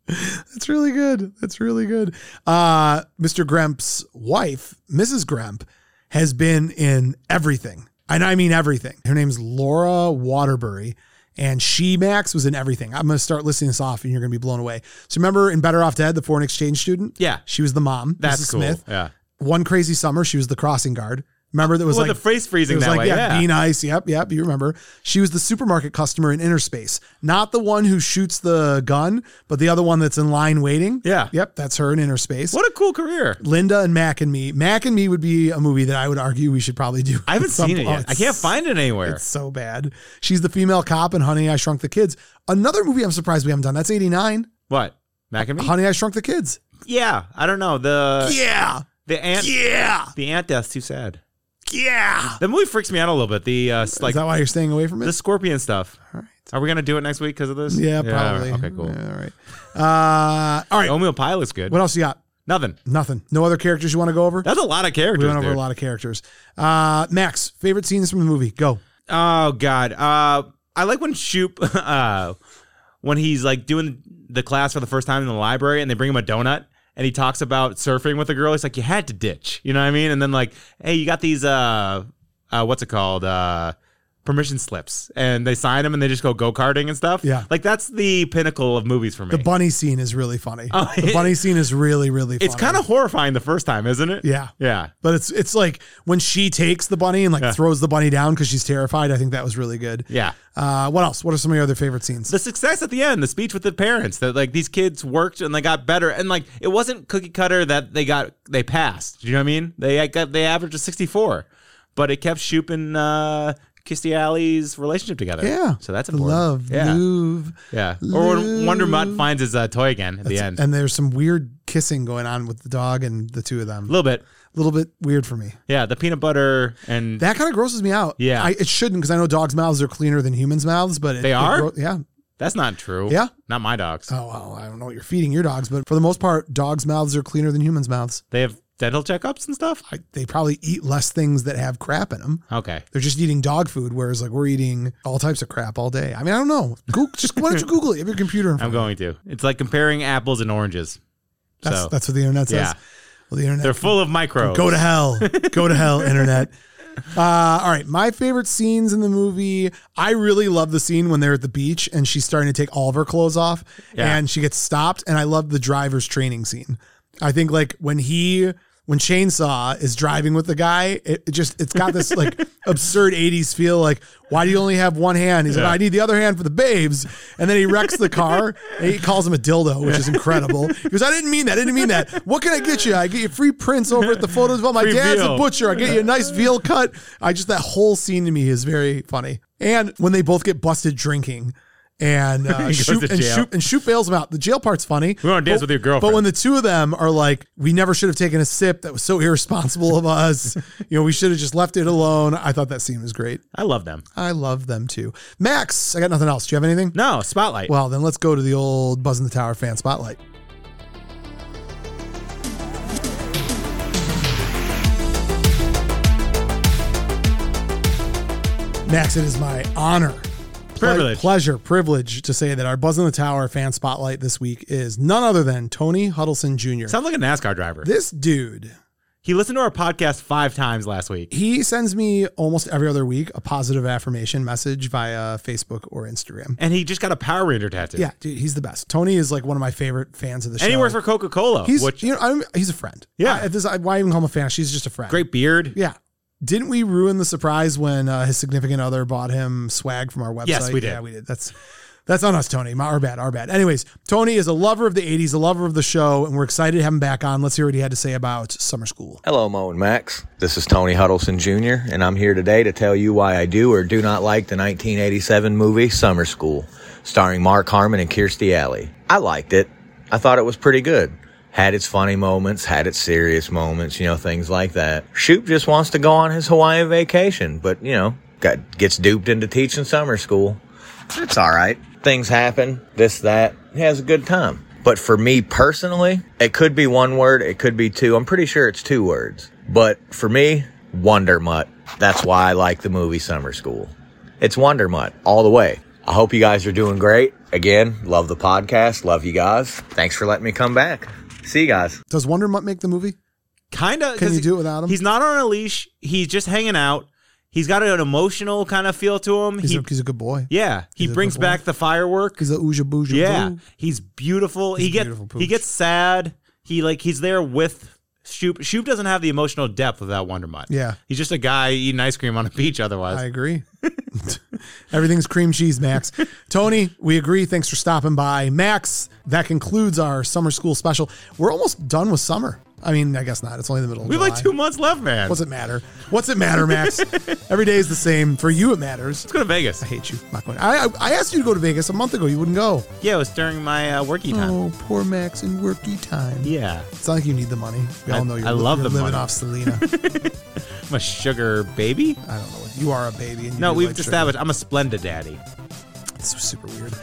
[SPEAKER 1] that's really good. That's really good. Uh, Mr. Gremp's wife, Mrs. Gremp, has been in everything, and I mean everything. Her name's Laura Waterbury. And she, Max, was in everything. I'm going to start listing this off and you're going to be blown away. So, remember in Better Off Dead, the foreign exchange student?
[SPEAKER 2] Yeah.
[SPEAKER 1] She was the mom.
[SPEAKER 2] That's
[SPEAKER 1] Mrs.
[SPEAKER 2] cool.
[SPEAKER 1] Smith.
[SPEAKER 2] Yeah.
[SPEAKER 1] One crazy summer, she was the crossing guard. Remember that was
[SPEAKER 2] Well,
[SPEAKER 1] like
[SPEAKER 2] the phrase
[SPEAKER 1] It
[SPEAKER 2] freezing
[SPEAKER 1] was
[SPEAKER 2] that
[SPEAKER 1] like,
[SPEAKER 2] way.
[SPEAKER 1] yeah,
[SPEAKER 2] Yeah.
[SPEAKER 1] be nice. Yep, yep. You remember. She was the supermarket customer in Inner Space, not the one who shoots the gun, but the other one that's in line waiting.
[SPEAKER 2] Yeah.
[SPEAKER 1] Yep, that's her in Inner Space.
[SPEAKER 2] What a cool career.
[SPEAKER 1] Linda and Mac and Me. Mac and Me would be a movie that I would argue we should probably do.
[SPEAKER 2] I haven't
[SPEAKER 1] at some
[SPEAKER 2] seen it
[SPEAKER 1] point.
[SPEAKER 2] yet. I can't find it anywhere.
[SPEAKER 1] It's so bad. She's the female cop in Honey, I Shrunk the Kids. Another movie I'm surprised we haven't done. That's 89.
[SPEAKER 2] What? Mac and me?
[SPEAKER 1] Honey, I Shrunk the Kids.
[SPEAKER 2] Yeah. I don't know. The
[SPEAKER 1] Yeah.
[SPEAKER 2] the ant
[SPEAKER 1] Yeah.
[SPEAKER 2] the ant death's too sad.
[SPEAKER 1] Yeah.
[SPEAKER 2] The movie freaks me out a little bit. The uh, s-
[SPEAKER 1] Is
[SPEAKER 2] like
[SPEAKER 1] that why you're staying away from it?
[SPEAKER 2] the scorpion stuff.
[SPEAKER 1] all right.
[SPEAKER 2] Are we gonna do it next week because of this?
[SPEAKER 1] Yeah, probably.
[SPEAKER 2] Okay, cool.
[SPEAKER 1] Yeah, all right. Uh, all right.
[SPEAKER 2] Omeal Pyle is good.
[SPEAKER 1] What else you got?
[SPEAKER 2] Nothing.
[SPEAKER 1] Nothing. No other characters you want to go over?
[SPEAKER 2] That's a lot of characters.
[SPEAKER 1] we went over
[SPEAKER 2] dude.
[SPEAKER 1] a lot of characters. Uh, Max, favorite scenes from the movie? Go.
[SPEAKER 2] Oh God. Uh, I like when Shoop, uh, when he's like doing the class for the first time in the library, and they bring him a donut, and he talks about surfing with a girl. He's like, "You had to ditch," you know what I mean? And then like, "Hey, you got these uh, uh what's it called? Uh, permission slips," and they sign them, and they just go go karting and stuff.
[SPEAKER 1] Yeah.
[SPEAKER 2] like that's the pinnacle of movies for me.
[SPEAKER 1] The bunny scene is really funny.
[SPEAKER 2] Oh,
[SPEAKER 1] the bunny scene is really, really funny.
[SPEAKER 2] it's kind of horrifying the first time, isn't it?
[SPEAKER 1] Yeah.
[SPEAKER 2] Yeah.
[SPEAKER 1] But it's it's like when she takes the bunny and like
[SPEAKER 2] Yeah.
[SPEAKER 1] throws the bunny down because she's terrified. I think that was really good.
[SPEAKER 2] Yeah.
[SPEAKER 1] Uh, what else? What are some of your other favorite scenes?
[SPEAKER 2] the success at the end, the speech with the parents that like these kids worked and they got better and like it wasn't cookie cutter that they got they passed. Do you know what I mean? They got they averaged a sixty four, but it kept Shoop and uh, Kissy Alley's relationship together.
[SPEAKER 1] yeah.
[SPEAKER 2] so that's
[SPEAKER 1] the
[SPEAKER 2] important.
[SPEAKER 1] love.
[SPEAKER 2] yeah,
[SPEAKER 1] Louvre.
[SPEAKER 2] yeah. Or when Wonder Mutt finds his uh, toy again at the end.
[SPEAKER 1] And there's some weird kissing going on with the dog and the two of them.
[SPEAKER 2] a little bit.
[SPEAKER 1] A little bit weird for me.
[SPEAKER 2] Yeah, the peanut butter and
[SPEAKER 1] That kind of grosses me out.
[SPEAKER 2] Yeah.
[SPEAKER 1] I, it shouldn't because I know dogs' mouths are cleaner than humans' mouths, but it,
[SPEAKER 2] They
[SPEAKER 1] it
[SPEAKER 2] are?
[SPEAKER 1] gro- yeah.
[SPEAKER 2] that's not true.
[SPEAKER 1] Yeah.
[SPEAKER 2] not my dogs.
[SPEAKER 1] Oh well, I don't know what you're feeding your dogs, but for the most part, dogs' mouths are cleaner than humans' mouths.
[SPEAKER 2] They have dental checkups and stuff.
[SPEAKER 1] I, they probably eat less things that have crap in them.
[SPEAKER 2] Okay,
[SPEAKER 1] They're just eating dog food, whereas like we're eating all types of crap all day. I mean, I don't know. Google, just why don't you Google it? You have your computer in front.
[SPEAKER 2] I'm going to. It's like comparing apples and oranges.
[SPEAKER 1] That's
[SPEAKER 2] so
[SPEAKER 1] that's what the internet says.
[SPEAKER 2] yeah.
[SPEAKER 1] Well, the internet.
[SPEAKER 2] they're full of microbes.
[SPEAKER 1] Go to hell. Go to hell, internet. Uh, all right, my favorite scenes in the movie. I really love the scene when they're at the beach and she's starting to take all of her clothes off,
[SPEAKER 2] Yeah.
[SPEAKER 1] and she gets stopped. And I love the driver's training scene. I think like when he when Chainsaw is driving with the guy, it, it just it's got this like absurd '80s feel. Like, why do you only have one hand? He's like, I need the other hand for the babes, and then he wrecks the car. and he calls him a dildo, which is incredible. He goes, I didn't mean that. I didn't mean that. What can I get you? I get you free prints over at the photos. Well, my
[SPEAKER 2] Free
[SPEAKER 1] dad's a
[SPEAKER 2] veal.
[SPEAKER 1] butcher. I get you a nice veal cut. I just that whole scene to me is very funny. And when they both get busted drinking. And uh,
[SPEAKER 2] goes
[SPEAKER 1] shoot,
[SPEAKER 2] to
[SPEAKER 1] and
[SPEAKER 2] jail.
[SPEAKER 1] shoot and shoot bails them out. The jail part's funny.
[SPEAKER 2] We wanna dance
[SPEAKER 1] but-
[SPEAKER 2] with your girlfriend.
[SPEAKER 1] But when the two of them are like, "We never should have taken a sip. That was so irresponsible of us. you know, we should have just left it alone." I thought that scene was great.
[SPEAKER 2] I love them.
[SPEAKER 1] I love them too. Max, I got nothing else. Do you have anything?
[SPEAKER 2] No, Spotlight.
[SPEAKER 1] Well, then let's go to the old Buzz in the Tower fan spotlight. Max, it is my honor, ple-
[SPEAKER 2] Privilege.
[SPEAKER 1] pleasure, privilege to say that our Buzz in the Tower fan spotlight this week is none other than Tony Huddleston Jr.
[SPEAKER 2] Sounds like a NASCAR driver.
[SPEAKER 1] this dude,
[SPEAKER 2] He listened to our podcast five times last week.
[SPEAKER 1] he sends me almost every other week a positive affirmation message via Facebook or Instagram.
[SPEAKER 2] And he just got a Power Ranger tattoo.
[SPEAKER 1] Yeah, dude, he's the best. Tony is like one of my favorite fans of the show.
[SPEAKER 2] And he works for Coca Cola,
[SPEAKER 1] He's
[SPEAKER 2] which
[SPEAKER 1] you know I'm, he's a friend.
[SPEAKER 2] Yeah.
[SPEAKER 1] I, at this, I, why even call him a fan? She's just a friend.
[SPEAKER 2] great beard.
[SPEAKER 1] Yeah. Didn't we ruin the surprise when uh, his significant other bought him swag from our website?
[SPEAKER 2] Yes, we did.
[SPEAKER 1] Yeah, we did. That's that's on us, Tony. My, our bad. Our bad. Anyways, Tony is a lover of the '80s, a lover of the show, and we're excited to have him back on. Let's hear what he had to say about summer school.
[SPEAKER 3] Hello, Mo and Max. This is Tony Huddleston Jr., and I'm here today to tell you why I do or do not like the 1987 movie Summer School, starring Mark Harmon and Kirstie Alley. I liked it. I thought it was pretty good. had its funny moments, had its serious moments, you know, things like that. Shoop just wants to go on his Hawaiian vacation, but you know, got gets duped into teaching summer school. It's all right. Things happen, this, that. He has a good time. But for me personally, it could be one word, it could be two. I'm pretty sure it's two words. But for me, Wonder Mutt. That's why I like the movie Summer School. It's Wonder Mutt all the way. I hope you guys are doing great. Again, love the podcast. Love you guys. Thanks for letting me come back. See you guys.
[SPEAKER 1] Does Wonder Mutt make the movie?
[SPEAKER 2] Kind of.
[SPEAKER 1] Can you do it without him?
[SPEAKER 2] He's not on a leash. He's just hanging out. He's got an emotional kind of feel to him.
[SPEAKER 1] He's,
[SPEAKER 2] he,
[SPEAKER 1] a, he's a good boy.
[SPEAKER 2] yeah, he
[SPEAKER 1] he's a
[SPEAKER 2] brings
[SPEAKER 1] good boy.
[SPEAKER 2] back the firework.
[SPEAKER 1] He's a ooja booja.
[SPEAKER 2] Yeah,
[SPEAKER 1] boo.
[SPEAKER 2] he's beautiful.
[SPEAKER 1] He's
[SPEAKER 2] he gets
[SPEAKER 1] beautiful pooch.
[SPEAKER 2] he gets sad. He like he's there with Shoop. Shoop doesn't have the emotional depth of that Wonder Mutt.
[SPEAKER 1] Yeah.
[SPEAKER 2] he's just a guy eating ice cream on a beach. Otherwise,
[SPEAKER 1] I agree. Everything's cream cheese, Max. Tony, we agree. Thanks for stopping by. Max, that concludes our summer school special. We're almost done with summer. I mean, I guess not. It's only the middle of
[SPEAKER 2] we have like
[SPEAKER 1] July.
[SPEAKER 2] two months left, man.
[SPEAKER 1] What's it matter? What's it matter, Max? Every day is the same. For you, it matters.
[SPEAKER 2] Let's go to Vegas.
[SPEAKER 1] I hate you. I'm Not going. I, I I asked you to go to Vegas a month ago. You wouldn't go.
[SPEAKER 2] Yeah, it was during my uh, working time.
[SPEAKER 1] Oh, poor Max in worky time.
[SPEAKER 2] Yeah,
[SPEAKER 1] It's not like you need the money. We all
[SPEAKER 2] I-
[SPEAKER 1] know you're,
[SPEAKER 2] I love
[SPEAKER 1] you're
[SPEAKER 2] the
[SPEAKER 1] living
[SPEAKER 2] money.
[SPEAKER 1] off Selena.
[SPEAKER 2] I'm a sugar baby.
[SPEAKER 1] I don't know. what- You are a baby. And you
[SPEAKER 2] No,
[SPEAKER 1] do
[SPEAKER 2] we've
[SPEAKER 1] like sugar.
[SPEAKER 2] established I'm a Splenda daddy.
[SPEAKER 1] It's super weird.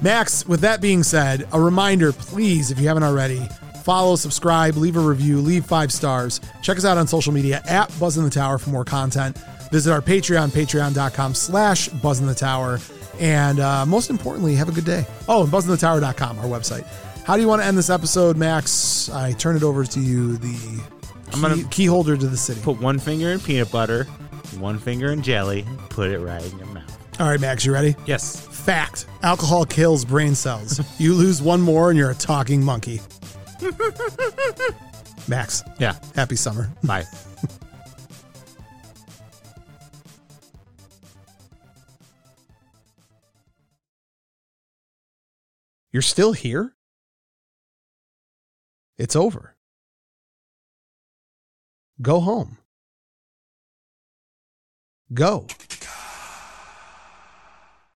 [SPEAKER 1] Max, with that being said, a reminder, please, if you haven't already, follow, subscribe, leave a review, leave five stars. Check us out on social media at Buzz in the Tower for more content. Visit our Patreon, patreon.com slash Buzz in the Tower. And uh, most importantly, have a good day. Oh, and buzzinthetower.com, our website. How do you want to end this episode, Max? I turn it over to you, the key,
[SPEAKER 2] I'm gonna-
[SPEAKER 1] key holder to the city.
[SPEAKER 2] Put one finger in peanut butter, one finger in jelly, put it right in your mouth.
[SPEAKER 1] All right, Max, you ready?
[SPEAKER 2] Yes.
[SPEAKER 1] Fact alcohol kills brain cells. you lose one more and you're a talking monkey. Max,
[SPEAKER 2] Yeah.
[SPEAKER 1] happy summer.
[SPEAKER 2] Bye.
[SPEAKER 1] You're still here? It's over. Go home. Go.